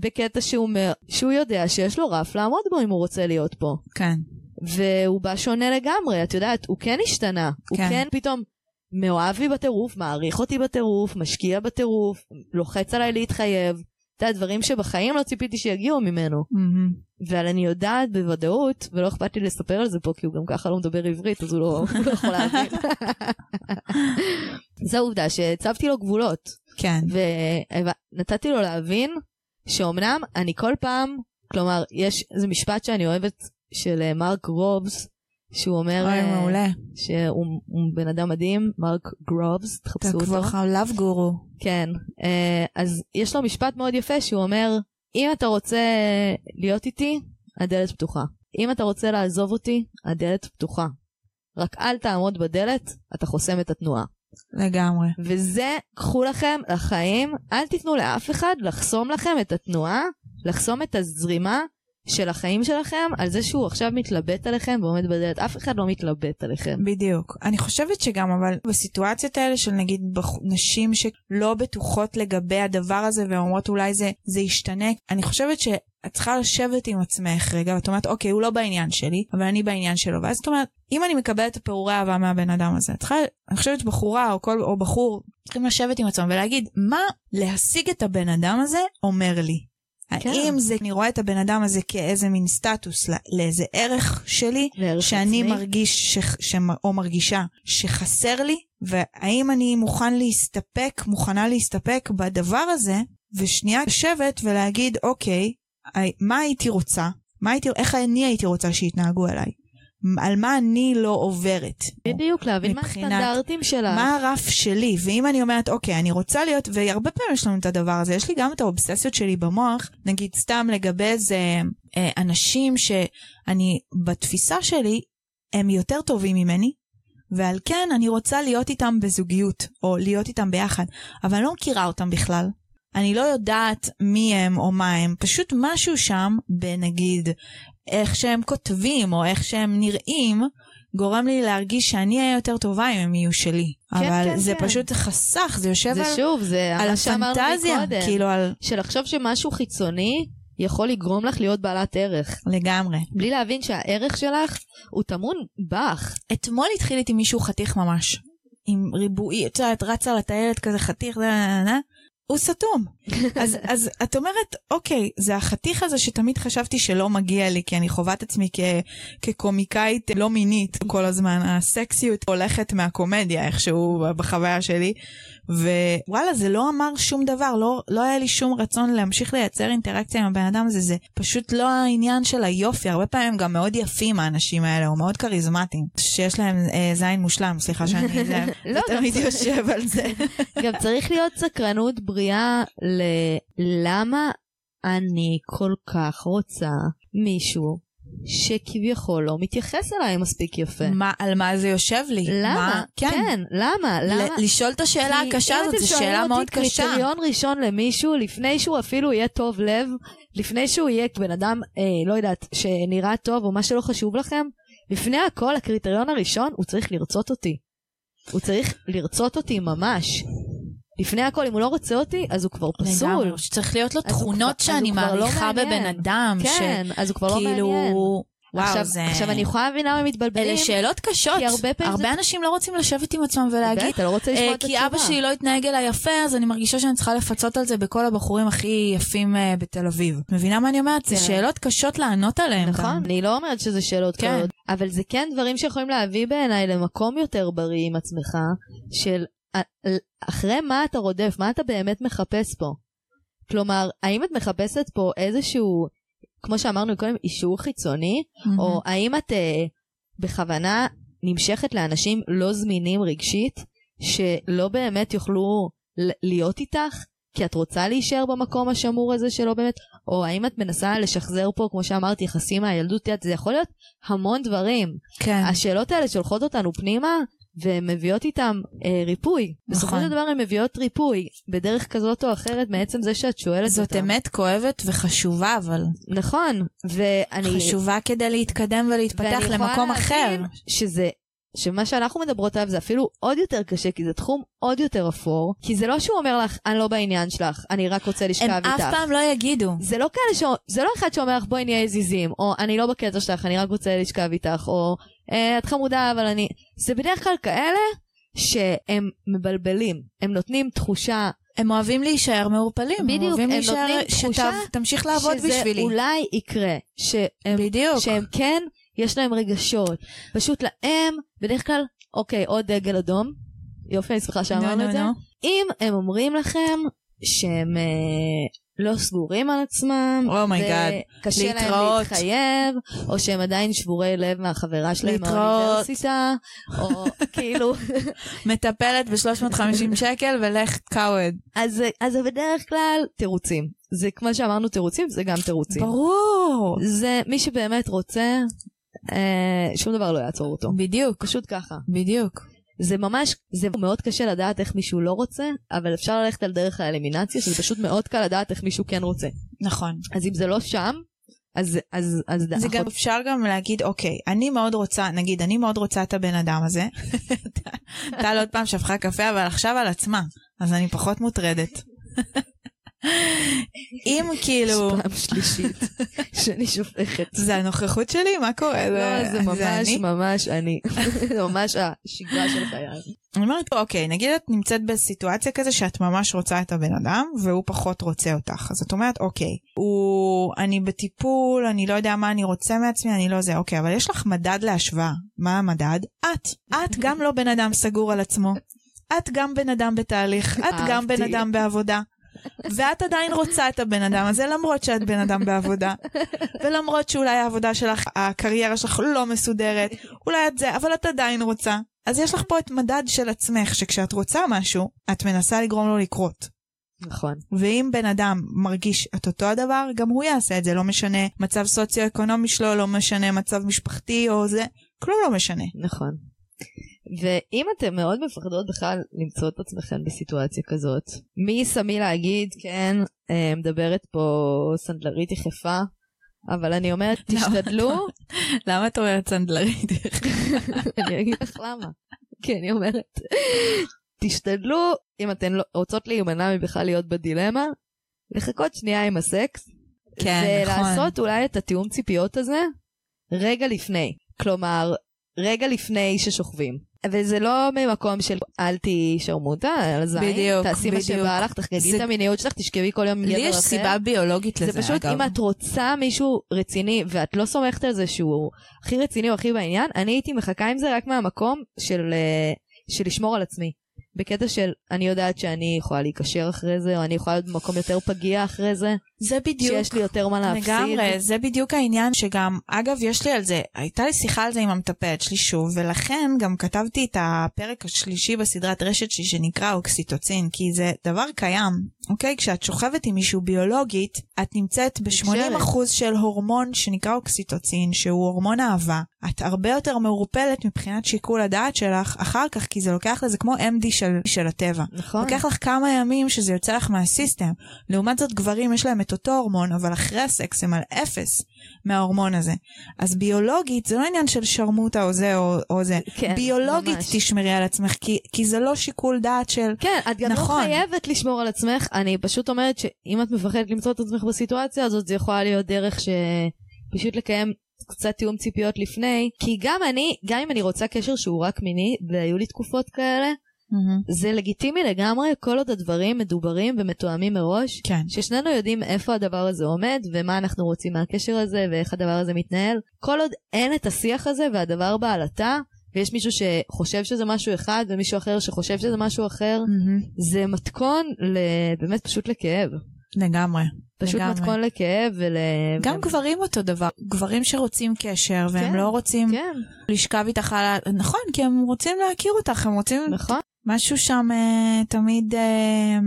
[SPEAKER 1] בקטע שהוא אומר, שהוא יודע שיש לו רף לעמוד בו אם הוא רוצה להיות פה.
[SPEAKER 2] כן.
[SPEAKER 1] והוא בא שונה לגמרי, את יודעת, הוא כן השתנה. הוא
[SPEAKER 2] כן.
[SPEAKER 1] כן פתאום מאוהב בי בטירוף, מעריך אותי בטירוף, משקיע בטירוף, לוחץ עליי להתחייב. אתה יודע, דברים שבחיים לא ציפיתי שיגיעו ממנו.
[SPEAKER 2] מהמם.
[SPEAKER 1] אבל אני יודעת בוודאות, ולא אכפת לי לספר על זה פה, כי הוא גם ככה לא מדבר עברית, אז הוא לא, הוא לא יכול להבין. זו העובדה שהצבתי לו גבולות.
[SPEAKER 2] כן.
[SPEAKER 1] ונתתי לו להבין שאומנם אני כל פעם, כלומר, יש איזה משפט שאני אוהבת של אה, מרק גרובס, שהוא אומר
[SPEAKER 2] אוי,
[SPEAKER 1] אה,
[SPEAKER 2] מעולה.
[SPEAKER 1] שהוא הוא בן אדם מדהים, מרק גרובס, תחפשו
[SPEAKER 2] אתה
[SPEAKER 1] אותו.
[SPEAKER 2] כבר חלב גורו.
[SPEAKER 1] כן. אה, אז יש לו משפט מאוד יפה שהוא אומר, אם אתה רוצה להיות איתי, הדלת פתוחה. אם אתה רוצה לעזוב אותי, הדלת פתוחה. רק אל תעמוד בדלת, אתה חוסם את התנועה.
[SPEAKER 2] לגמרי.
[SPEAKER 1] וזה, קחו לכם לחיים, אל תיתנו לאף אחד לחסום לכם את התנועה, לחסום את הזרימה של החיים שלכם, על זה שהוא עכשיו מתלבט עליכם ועומד בדלת. אף אחד לא מתלבט עליכם.
[SPEAKER 2] בדיוק. אני חושבת שגם, אבל בסיטואציות האלה של נגיד בח- נשים שלא בטוחות לגבי הדבר הזה ואומרות אולי זה, זה ישתנה, אני חושבת שאת צריכה לשבת עם עצמך רגע, ואת אומרת, אוקיי, הוא לא בעניין שלי, אבל אני בעניין שלו. ואז את אומרת, אם אני מקבלת את הפירורי אהבה מהבן אדם הזה, את צריכה, אני חושבת שבחורה או, כל, או בחור צריכים לשבת עם עצמם ולהגיד, מה להשיג את הבן אדם הזה אומר לי?
[SPEAKER 1] כן.
[SPEAKER 2] האם זה, אני רואה את הבן אדם הזה כאיזה מין סטטוס, לא- לאיזה ערך שלי,
[SPEAKER 1] לערך
[SPEAKER 2] שאני
[SPEAKER 1] עצמי.
[SPEAKER 2] מרגיש ש... ש... או מרגישה שחסר לי, והאם אני מוכן להסתפק, מוכנה להסתפק בדבר הזה, ושנייה לשבת ולהגיד, אוקיי, הי- מה הייתי רוצה? מה הייתי, איך אני הייתי רוצה שיתנהגו אליי? מ- על מה אני לא עוברת?
[SPEAKER 1] בדיוק, להבין מה
[SPEAKER 2] מבחינת-
[SPEAKER 1] הסטנדרטים שלה.
[SPEAKER 2] מה הרף שלי? ואם אני אומרת, אוקיי, אני רוצה להיות, והרבה פעמים יש לנו את הדבר הזה, יש לי גם את האובססיות שלי במוח, נגיד סתם לגבי איזה אה, אנשים שאני, בתפיסה שלי, הם יותר טובים ממני, ועל כן אני רוצה להיות איתם בזוגיות, או להיות איתם ביחד, אבל אני לא מכירה אותם בכלל. אני לא יודעת מי הם או מה הם, פשוט משהו שם, בנגיד, איך שהם כותבים, או איך שהם נראים, גורם לי להרגיש שאני אהיה יותר טובה אם הם יהיו שלי. כן, אבל
[SPEAKER 1] כן,
[SPEAKER 2] זה
[SPEAKER 1] כן.
[SPEAKER 2] פשוט חסך, זה יושב
[SPEAKER 1] זה
[SPEAKER 2] על,
[SPEAKER 1] שוב, זה
[SPEAKER 2] על
[SPEAKER 1] מה שאמרנו
[SPEAKER 2] הפנטזיה,
[SPEAKER 1] מקודם.
[SPEAKER 2] כאילו על...
[SPEAKER 1] שלחשוב שמשהו חיצוני יכול לגרום לך להיות בעלת ערך.
[SPEAKER 2] לגמרי.
[SPEAKER 1] בלי להבין שהערך שלך הוא טמון בך.
[SPEAKER 2] אתמול התחיל איתי מישהו חתיך ממש. עם ריבועי, את יודעת, רצה לטיילת כזה חתיך, נה, נה, נה. הוא סתום. אז, אז את אומרת, אוקיי, זה החתיך הזה שתמיד חשבתי שלא מגיע לי, כי אני חווה את עצמי כ, כקומיקאית לא מינית כל הזמן. הסקסיות הולכת מהקומדיה איכשהו בחוויה שלי, ווואלה, זה לא אמר שום דבר, לא, לא היה לי שום רצון להמשיך לייצר אינטראקציה עם הבן אדם הזה, זה פשוט לא העניין של היופי, הרבה פעמים גם מאוד יפים האנשים האלה, או מאוד כריזמטיים, שיש להם אה, זין מושלם, סליחה שאני זה,
[SPEAKER 1] לא, גם
[SPEAKER 2] תמיד
[SPEAKER 1] צריך-
[SPEAKER 2] יושב על זה.
[SPEAKER 1] גם צריך להיות סקרנות בריאה ללמה אני כל כך רוצה מישהו שכביכול לא מתייחס אליי מספיק יפה.
[SPEAKER 2] מה, על מה זה יושב לי?
[SPEAKER 1] למה?
[SPEAKER 2] מה?
[SPEAKER 1] כן, למה? למה?
[SPEAKER 2] ל- לשאול את השאלה
[SPEAKER 1] כי
[SPEAKER 2] הקשה
[SPEAKER 1] אם
[SPEAKER 2] הזאת,
[SPEAKER 1] אתם
[SPEAKER 2] זו
[SPEAKER 1] שואלים
[SPEAKER 2] שאלה
[SPEAKER 1] אותי
[SPEAKER 2] מאוד קשה.
[SPEAKER 1] קריטריון ראשון למישהו, לפני שהוא אפילו יהיה טוב לב, לפני שהוא יהיה בן אדם, אה, לא יודעת, שנראה טוב או מה שלא חשוב לכם, לפני הכל הקריטריון הראשון הוא צריך לרצות אותי. הוא צריך לרצות אותי ממש. לפני הכל, אם הוא לא רוצה אותי, אז הוא כבר פסול.
[SPEAKER 2] לגמרי, שצריך להיות לו
[SPEAKER 1] אז הוא
[SPEAKER 2] תכונות
[SPEAKER 1] כבר- אז הוא
[SPEAKER 2] שאני
[SPEAKER 1] כבר לא
[SPEAKER 2] מעריכה בבן
[SPEAKER 1] מעניין.
[SPEAKER 2] אדם,
[SPEAKER 1] כן, אז הוא כבר לא מעניין.
[SPEAKER 2] שכאילו... כאילו, וואו,
[SPEAKER 1] עכשיו,
[SPEAKER 2] זה...
[SPEAKER 1] עכשיו אני יכולה להבין למה הם מתבלבלים.
[SPEAKER 2] אלה שאלות קשות.
[SPEAKER 1] כי הרבה פעמים
[SPEAKER 2] הרבה אנשים לא רוצים לשבת עם עצמם ולהגיד,
[SPEAKER 1] אתה לא רוצה לשמוע
[SPEAKER 2] אה,
[SPEAKER 1] את התשובה.
[SPEAKER 2] כי אבא שלי לא התנהג אליי יפה, אז אני מרגישה שאני צריכה לפצות על זה בכל הבחורים הכי יפים אה, בתל אביב. מבינה מה אני אומרת? זה
[SPEAKER 1] כן.
[SPEAKER 2] שאלות קשות לענות עליהן. גם.
[SPEAKER 1] נכון, אני לא אומרת שזה שאלות
[SPEAKER 2] כן.
[SPEAKER 1] קלות, אבל זה כן דברים שיכולים להביא בעיניי למקום יותר בריא עם עצמך, של א- ל- אחרי מה אתה רודף, מה אתה באמת מחפש פה. כלומר, האם את מחפשת פה איזשהו, כמו שאמרנו קודם, אישור חיצוני, או האם את אה, בכוונה נמשכת לאנשים לא זמינים רגשית, שלא באמת יוכלו ל- להיות איתך, כי את רוצה להישאר במקום השמור הזה שלא באמת, או האם את מנסה לשחזר פה, כמו שאמרת, יחסים מהילדות, את יודעת, זה יכול להיות המון דברים.
[SPEAKER 2] כן.
[SPEAKER 1] השאלות האלה שולחות אותנו פנימה, והן מביאות איתן אה, ריפוי. בסופו
[SPEAKER 2] נכון.
[SPEAKER 1] של דבר הן מביאות ריפוי, בדרך כזאת או אחרת, מעצם זה שאת שואלת
[SPEAKER 2] זאת
[SPEAKER 1] אותן.
[SPEAKER 2] אמת כואבת וחשובה, אבל
[SPEAKER 1] נכון, ואני...
[SPEAKER 2] חשובה כדי להתקדם ולהתפתח
[SPEAKER 1] ואני יכולה
[SPEAKER 2] למקום אחר.
[SPEAKER 1] להבין שזה, שמה שאנחנו מדברות עליו זה אפילו עוד יותר קשה, כי זה תחום עוד יותר אפור, כי זה לא שהוא אומר לך, אני לא בעניין שלך, אני רק רוצה לשכב
[SPEAKER 2] הם
[SPEAKER 1] איתך.
[SPEAKER 2] אף פעם לא יגידו.
[SPEAKER 1] זה לא כאלה ש... זה לא אחד שאומר לך, בואי נהיה עזיזים, או אני לא בקטע שלך, אני רק רוצה לשכב איתך, או "אה, את חמודה, אבל אני... זה בדרך כלל כאלה שהם מבלבלים, הם נותנים תחושה
[SPEAKER 2] הם אוהבים להישאר מעורפלים.
[SPEAKER 1] בדיוק,
[SPEAKER 2] הם אוהבים
[SPEAKER 1] הם
[SPEAKER 2] להישאר
[SPEAKER 1] נותנים תחושה
[SPEAKER 2] שתמשיך לעבוד
[SPEAKER 1] שזה
[SPEAKER 2] בשבילי.
[SPEAKER 1] אולי יקרה, שהם
[SPEAKER 2] בדיוק.
[SPEAKER 1] שהם כן, יש להם רגשות. פשוט להם, בדרך כלל, אוקיי, עוד דגל אדום. יופי, אני שמחה
[SPEAKER 2] נו,
[SPEAKER 1] שאמרנו
[SPEAKER 2] נו,
[SPEAKER 1] את זה.
[SPEAKER 2] נו.
[SPEAKER 1] אם הם אומרים לכם שהם אה, לא סגורים על עצמם,
[SPEAKER 2] אומייגאד.
[SPEAKER 1] וקשה להם
[SPEAKER 2] Oh להתראות.
[SPEAKER 1] להתחייב, או שהם עדיין שבורי לב מהחברה שלהם
[SPEAKER 2] להתראות.
[SPEAKER 1] מהאוניברסיטה, או כאילו,
[SPEAKER 2] מטפלת ב-350 שקל ולך קאווד.
[SPEAKER 1] אז זה- אז זה בדרך כלל תירוצים. זה כמו שאמרנו תירוצים, זה גם תירוצים.
[SPEAKER 2] ברור.
[SPEAKER 1] זה מי שבאמת רוצה, אה, שום דבר לא יעצור אותו.
[SPEAKER 2] בדיוק.
[SPEAKER 1] פשוט ככה.
[SPEAKER 2] בדיוק.
[SPEAKER 1] זה ממש, זה מאוד קשה לדעת איך מישהו לא רוצה, אבל אפשר ללכת על דרך האלימינציה, שזה פשוט מאוד קל לדעת איך מישהו כן רוצה.
[SPEAKER 2] נכון.
[SPEAKER 1] אז אם זה לא שם, אז, אז, אז
[SPEAKER 2] זה גם אפשר גם להגיד, אוקיי, אני מאוד רוצה, נגיד, אני מאוד רוצה את הבן אדם הזה. טל- טל עוד פעם שפכה קפה, אבל עכשיו על עצמה, אז אני פחות מוטרדת. אם כאילו,
[SPEAKER 1] פעם שלישית שאני שופכת.
[SPEAKER 2] זה הנוכחות שלי? מה קורה?
[SPEAKER 1] לא, זה ממש
[SPEAKER 2] אני?
[SPEAKER 1] ממש אני. זה ממש השגרה של חיי.
[SPEAKER 2] אני אומרת, אוקיי, נגיד את נמצאת בסיטואציה כזה שאת ממש רוצה את הבן אדם, והוא פחות רוצה אותך. אז את אומרת, אוקיי, הוא, אני בטיפול, אני לא יודע מה אני רוצה מעצמי, אני לא זה, אוקיי, אבל יש לך מדד להשוואה. מה המדד? את. את גם לא בן אדם סגור על עצמו. את גם בן אדם בתהליך, את גם בן
[SPEAKER 1] אהבתי.
[SPEAKER 2] אדם בעבודה. ואת עדיין רוצה את הבן אדם הזה, למרות שאת בן אדם בעבודה. ולמרות שאולי העבודה שלך, הקריירה שלך לא מסודרת, אולי את זה, אבל את עדיין רוצה. אז יש לך פה את מדד של עצמך, שכשאת רוצה משהו, את מנסה לגרום לו לקרות.
[SPEAKER 1] נכון.
[SPEAKER 2] ואם בן אדם מרגיש את אותו הדבר, גם הוא יעשה את זה, לא משנה מצב סוציו-אקונומי שלו, לא משנה מצב משפחתי או זה, כלום לא משנה.
[SPEAKER 1] נכון. ואם אתן מאוד מפחדות בכלל למצוא את עצמכן בסיטואציה כזאת, מי שמי להגיד, כן, אה, מדברת פה סנדלרית יחפה, אבל אני אומרת,
[SPEAKER 2] למה?
[SPEAKER 1] תשתדלו,
[SPEAKER 2] למה את אומרת סנדלרית?
[SPEAKER 1] אני אגיד לך למה. כי אני אומרת, תשתדלו, אם אתן לא- רוצות להימנע מבכלל להיות בדילמה, לחכות שנייה עם הסקס,
[SPEAKER 2] כן, נכון.
[SPEAKER 1] ולעשות אולי את התיאום ציפיות הזה רגע לפני. כלומר, רגע לפני ששוכבים. וזה לא ממקום של אל תהיי שרמוטה, על הזין,
[SPEAKER 2] בדיוק,
[SPEAKER 1] תעשי מה
[SPEAKER 2] בדיוק.
[SPEAKER 1] שבא לך, תחגגי
[SPEAKER 2] זה-
[SPEAKER 1] את המיניות שלך, תשכבי כל יום עם גבר אחר.
[SPEAKER 2] לי יש סיבה ביולוגית לזה,
[SPEAKER 1] זה פשוט,
[SPEAKER 2] אגב.
[SPEAKER 1] אם את רוצה מישהו רציני, ואת לא סומכת על זה שהוא הכי רציני או הכי בעניין, אני הייתי מחכה עם זה רק מהמקום של, אה, של לשמור על עצמי. בקטע של, אני יודעת שאני יכולה להיקשר אחרי זה, או אני יכולה להיות במקום יותר פגיע אחרי זה,
[SPEAKER 2] זה בדיוק.
[SPEAKER 1] שיש לי יותר מה להפסיד.
[SPEAKER 2] לגמרי, זה בדיוק העניין שגם, אגב, יש לי על זה, הייתה לי שיחה על זה עם המטפלת שלי שוב, ולכן גם כתבתי את הפרק השלישי בסדרת רשת שלי שנקרא אוקסיטוצין, כי זה דבר קיים, אוקיי? כשאת שוכבת עם מישהו ביולוגית, את נמצאת ב-80% של הורמון שנקרא אוקסיטוצין, שהוא הורמון אהבה. את הרבה יותר מעורפלת מבחינת שיקול הדעת שלך אחר כך, כי זה לוקח לזה כמו MD של, של הטבע.
[SPEAKER 1] נכון.
[SPEAKER 2] לוקח לך כמה ימים שזה יוצא לך מהסיסטם. לעומת זאת, גברים יש להם את אותו הורמון, אבל אחרי הסקס הם על אפס מההורמון הזה. אז ביולוגית, זה לא עניין של שרמוטה או זה או, או זה.
[SPEAKER 1] כן,
[SPEAKER 2] ביולוגית
[SPEAKER 1] ממש.
[SPEAKER 2] תשמרי על עצמך, כי, כי זה לא שיקול דעת של...
[SPEAKER 1] כן, את גם נכון.
[SPEAKER 2] נכון.
[SPEAKER 1] לא חייבת לשמור על עצמך, אני פשוט אומרת שאם את מפחדת למצוא את עצמך בסיטואציה הזאת, זה יכולה להיות דרך שפשוט לקיים קצת תיאום ציפיות לפני, כי גם אני, גם אם אני רוצה קשר שהוא רק מיני, והיו לי תקופות כאלה, זה לגיטימי לגמרי כל עוד הדברים מדוברים ומתואמים מראש,
[SPEAKER 2] כן.
[SPEAKER 1] ששנינו יודעים איפה הדבר הזה עומד, ומה אנחנו רוצים מהקשר הזה, ואיך הדבר הזה מתנהל. כל עוד אין את השיח הזה, והדבר בעלטה, ויש מישהו שחושב שזה משהו אחד, ומישהו אחר שחושב שזה משהו אחר, זה מתכון ל... באמת פשוט לכאב.
[SPEAKER 2] לגמרי.
[SPEAKER 1] פשוט
[SPEAKER 2] לגמרי.
[SPEAKER 1] מתכון לכאב ול...
[SPEAKER 2] גם
[SPEAKER 1] ו-
[SPEAKER 2] גברים אותו דבר, גברים שרוצים קשר והם
[SPEAKER 1] כן,
[SPEAKER 2] לא רוצים
[SPEAKER 1] כן,
[SPEAKER 2] לשכב איתך על ה... נכון, כי הם רוצים להכיר אותך, הם רוצים
[SPEAKER 1] נכון.
[SPEAKER 2] משהו שם אה, תמיד אה,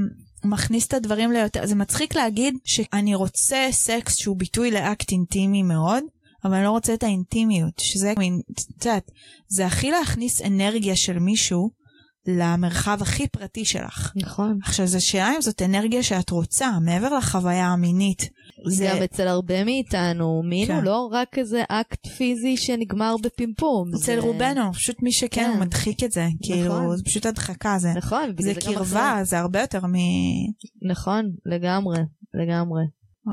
[SPEAKER 2] מכניס את הדברים ליותר, זה מצחיק להגיד שאני רוצה סקס שהוא ביטוי לאקט אינטימי מאוד, אבל אני לא רוצה את האינטימיות, שזה מין, את יודעת, זה הכי להכניס אנרגיה של מישהו למרחב הכי פרטי שלך.
[SPEAKER 1] נכון.
[SPEAKER 2] עכשיו, זו שאלה אם זאת אנרגיה שאת רוצה, מעבר לחוויה המינית.
[SPEAKER 1] זה...
[SPEAKER 2] זה...
[SPEAKER 1] גם אצל הרבה מאיתנו, מין
[SPEAKER 2] כן.
[SPEAKER 1] הוא לא רק איזה אקט פיזי שנגמר בפימפום.
[SPEAKER 2] אצל
[SPEAKER 1] זה-
[SPEAKER 2] רובנו, פשוט מי שכן,
[SPEAKER 1] כן.
[SPEAKER 2] הוא מדחיק את זה. כאילו, זה פשוט הדחקה, זה.
[SPEAKER 1] נכון, בגלל
[SPEAKER 2] זה
[SPEAKER 1] גם
[SPEAKER 2] קרבה,
[SPEAKER 1] אחרי-
[SPEAKER 2] זה הרבה יותר מ...
[SPEAKER 1] נכון, לגמרי, לגמרי.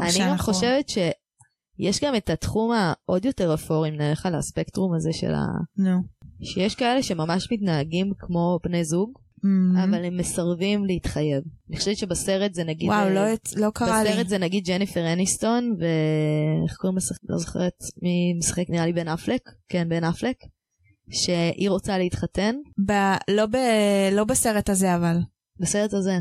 [SPEAKER 1] אני גם
[SPEAKER 2] שאנחנו-
[SPEAKER 1] חושבת שיש גם את התחום העוד יותר אפור, אם נלך על הספקטרום הזה של ה...
[SPEAKER 2] נו.
[SPEAKER 1] שיש כאלה שממש מתנהגים כמו בני זוג,
[SPEAKER 2] Mhm.
[SPEAKER 1] אבל הם מסרבים להתחייב. אני חושבת שבסרט זה נגיד...
[SPEAKER 2] וואו,
[SPEAKER 1] אה,
[SPEAKER 2] לא, יצ- לא קרה לי.
[SPEAKER 1] בסרט זה נגיד ג'ניפר אניסטון, ו... איך קוראים לשחק? לא זוכרת מי משחק, נראה לי בן אפלק. כן, בן אפלק. שהיא רוצה להתחתן
[SPEAKER 2] ב... לא, ב... לא בסרט הזה, אבל.
[SPEAKER 1] בסרט הזה.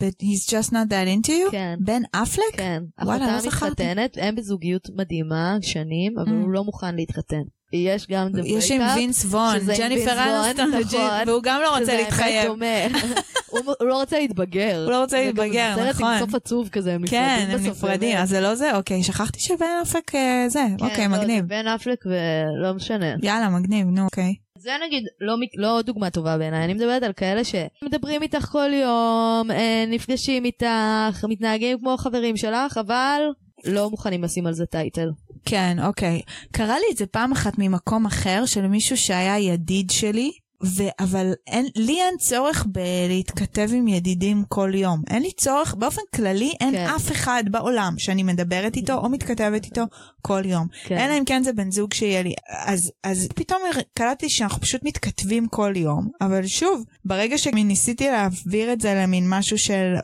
[SPEAKER 2] ב- He's just not that into you?
[SPEAKER 1] כן.
[SPEAKER 2] בן אפלק?
[SPEAKER 1] כן.
[SPEAKER 2] וואלה, לא
[SPEAKER 1] אחותה
[SPEAKER 2] זכרתי.
[SPEAKER 1] מתחתנת, הם בזוגיות מדהימה, שנים, אבל
[SPEAKER 2] Mm.
[SPEAKER 1] הוא לא מוכן להתחתן. יש גם The
[SPEAKER 2] יש עם
[SPEAKER 1] Breakup,
[SPEAKER 2] וינס וון,
[SPEAKER 1] שזה עם וינס
[SPEAKER 2] ג'ניפר
[SPEAKER 1] וון,
[SPEAKER 2] אנסטון,
[SPEAKER 1] נכון.
[SPEAKER 2] וג'י- והוא גם לא
[SPEAKER 1] שזה
[SPEAKER 2] רוצה
[SPEAKER 1] האמת
[SPEAKER 2] להתחייב.
[SPEAKER 1] דומה. הוא הוא לא רוצה להתבגר.
[SPEAKER 2] הוא לא רוצה
[SPEAKER 1] זה גם
[SPEAKER 2] להתבגר,
[SPEAKER 1] סרט עם
[SPEAKER 2] נכון.
[SPEAKER 1] סוף עצוב כזה, הם נפרדים
[SPEAKER 2] כן,
[SPEAKER 1] בסוף.
[SPEAKER 2] הם נפרדים,
[SPEAKER 1] באמת.
[SPEAKER 2] אז זה לא זה? אוקיי, שכחתי שבן אפלק אה, זה.
[SPEAKER 1] כן,
[SPEAKER 2] אוקיי,
[SPEAKER 1] לא, זה
[SPEAKER 2] מגניב.
[SPEAKER 1] בן אפלק ולא משנה.
[SPEAKER 2] יאללה, מגניב, נו, אוקיי.
[SPEAKER 1] זה נגיד לא, מק- לא דוגמה טובה בעיניי, אני מדברת על כאלה שמדברים איתך כל יום, אה, נפגשים איתך, מתנהגים כמו חברים שלך, אבל לא מוכנים לשים על זה טייטל.
[SPEAKER 2] כן, אוקיי. קרה לי את זה פעם אחת ממקום אחר של מישהו שהיה ידיד שלי, ו- אבל אין, לי אין צורך בלהתכתב עם ידידים כל יום. אין לי צורך, באופן כללי אין
[SPEAKER 1] כן.
[SPEAKER 2] אף אחד בעולם שאני מדברת איתו או מתכתבת איתו כל יום.
[SPEAKER 1] כן.
[SPEAKER 2] אלא אם כן זה בן זוג שיהיה לי. אז, אז פתאום הר- קלטתי שאנחנו פשוט מתכתבים כל יום, אבל שוב, ברגע שניסיתי להעביר את זה למין משהו של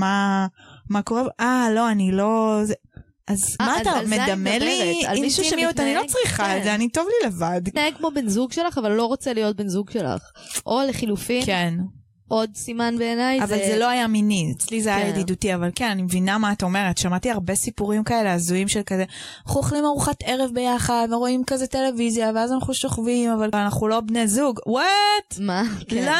[SPEAKER 2] מה, מה קורה, אה, לא, אני לא... זה... אז
[SPEAKER 1] אה,
[SPEAKER 2] מה
[SPEAKER 1] אז
[SPEAKER 2] אתה
[SPEAKER 1] על זה אני
[SPEAKER 2] מדמה לי
[SPEAKER 1] מדברת, על מישהו
[SPEAKER 2] אינטימיות? אני לא
[SPEAKER 1] שמתנהג-
[SPEAKER 2] צריכה את
[SPEAKER 1] כן.
[SPEAKER 2] זה, אני טוב לי לבד.
[SPEAKER 1] מתנהג כמו בן זוג שלך, אבל לא רוצה להיות בן זוג שלך. או לחילופין, כן. עוד סימן בעיניי,
[SPEAKER 2] אבל זה לא היה מיני, אצלי זה היה
[SPEAKER 1] כן.
[SPEAKER 2] ידידותי, אבל כן, אני מבינה מה את אומרת. שמעתי הרבה סיפורים כאלה הזויים של כזה, אנחנו אוכלים ארוחת ערב ביחד, ורואים כזה טלוויזיה, ואז אנחנו שוכבים, אבל אנחנו לא בני זוג. וואט!
[SPEAKER 1] מה? כן.
[SPEAKER 2] לא!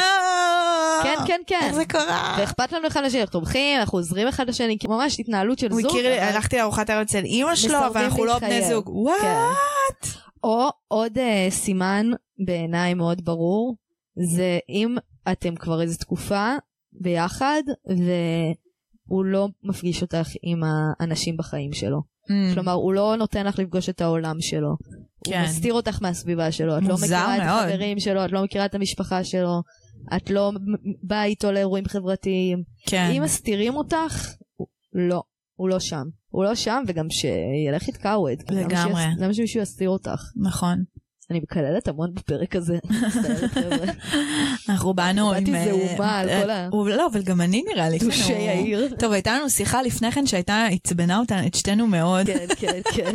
[SPEAKER 1] כן, כן, כן.
[SPEAKER 2] איך זה קרה?
[SPEAKER 1] ואכפת לנו אחד לשני, אנחנו תומכים, אנחנו עוזרים אחד לשני, כי ממש התנהלות של
[SPEAKER 2] הוא
[SPEAKER 1] זוג.
[SPEAKER 2] הכיר לי,
[SPEAKER 1] אבל-
[SPEAKER 2] הלכתי לארוחת ערב אצל אימא שלו,
[SPEAKER 1] מסרבים
[SPEAKER 2] אבל אנחנו לא
[SPEAKER 1] להתחייב.
[SPEAKER 2] בני זוג.
[SPEAKER 1] כן.
[SPEAKER 2] וואו!
[SPEAKER 1] או עוד אה, סימן בעיניי מאוד ברור, זה אם אתם כבר איזו תקופה ביחד, והוא לא מפגיש אותך עם האנשים בחיים שלו.
[SPEAKER 2] Mm,
[SPEAKER 1] כלומר, הוא לא נותן לך לפגוש את העולם שלו. הוא
[SPEAKER 2] כן.
[SPEAKER 1] מסתיר אותך מהסביבה שלו. את לא
[SPEAKER 2] מוזר
[SPEAKER 1] מכירה את
[SPEAKER 2] מאוד.
[SPEAKER 1] החברים שלו, את לא מכירה את המשפחה שלו, את לא מ- באה איתו לאירועים חברתיים.
[SPEAKER 2] כן.
[SPEAKER 1] אם מסתירים אותך, הוא- לא, הוא לא שם. הוא לא שם, וגם שילך איתך הוא עד.
[SPEAKER 2] לגמרי.
[SPEAKER 1] למה שמישהו יסתיר אותך?
[SPEAKER 2] נכון.
[SPEAKER 1] אני מקללת המון בפרק הזה. מצטערת, חבר'ה.
[SPEAKER 2] אנחנו באנו עם...
[SPEAKER 1] באתי
[SPEAKER 2] אה,
[SPEAKER 1] זעומה על
[SPEAKER 2] אה,
[SPEAKER 1] כל ה-
[SPEAKER 2] הוא- לא, אבל גם אני נראה לי.
[SPEAKER 1] דושי
[SPEAKER 2] כן, הוא-
[SPEAKER 1] העיר.
[SPEAKER 2] טוב, הייתה לנו שיחה לפני כן שהייתה, עצבנה אותנו, את שתינו מאוד.
[SPEAKER 1] כן, כן, כן.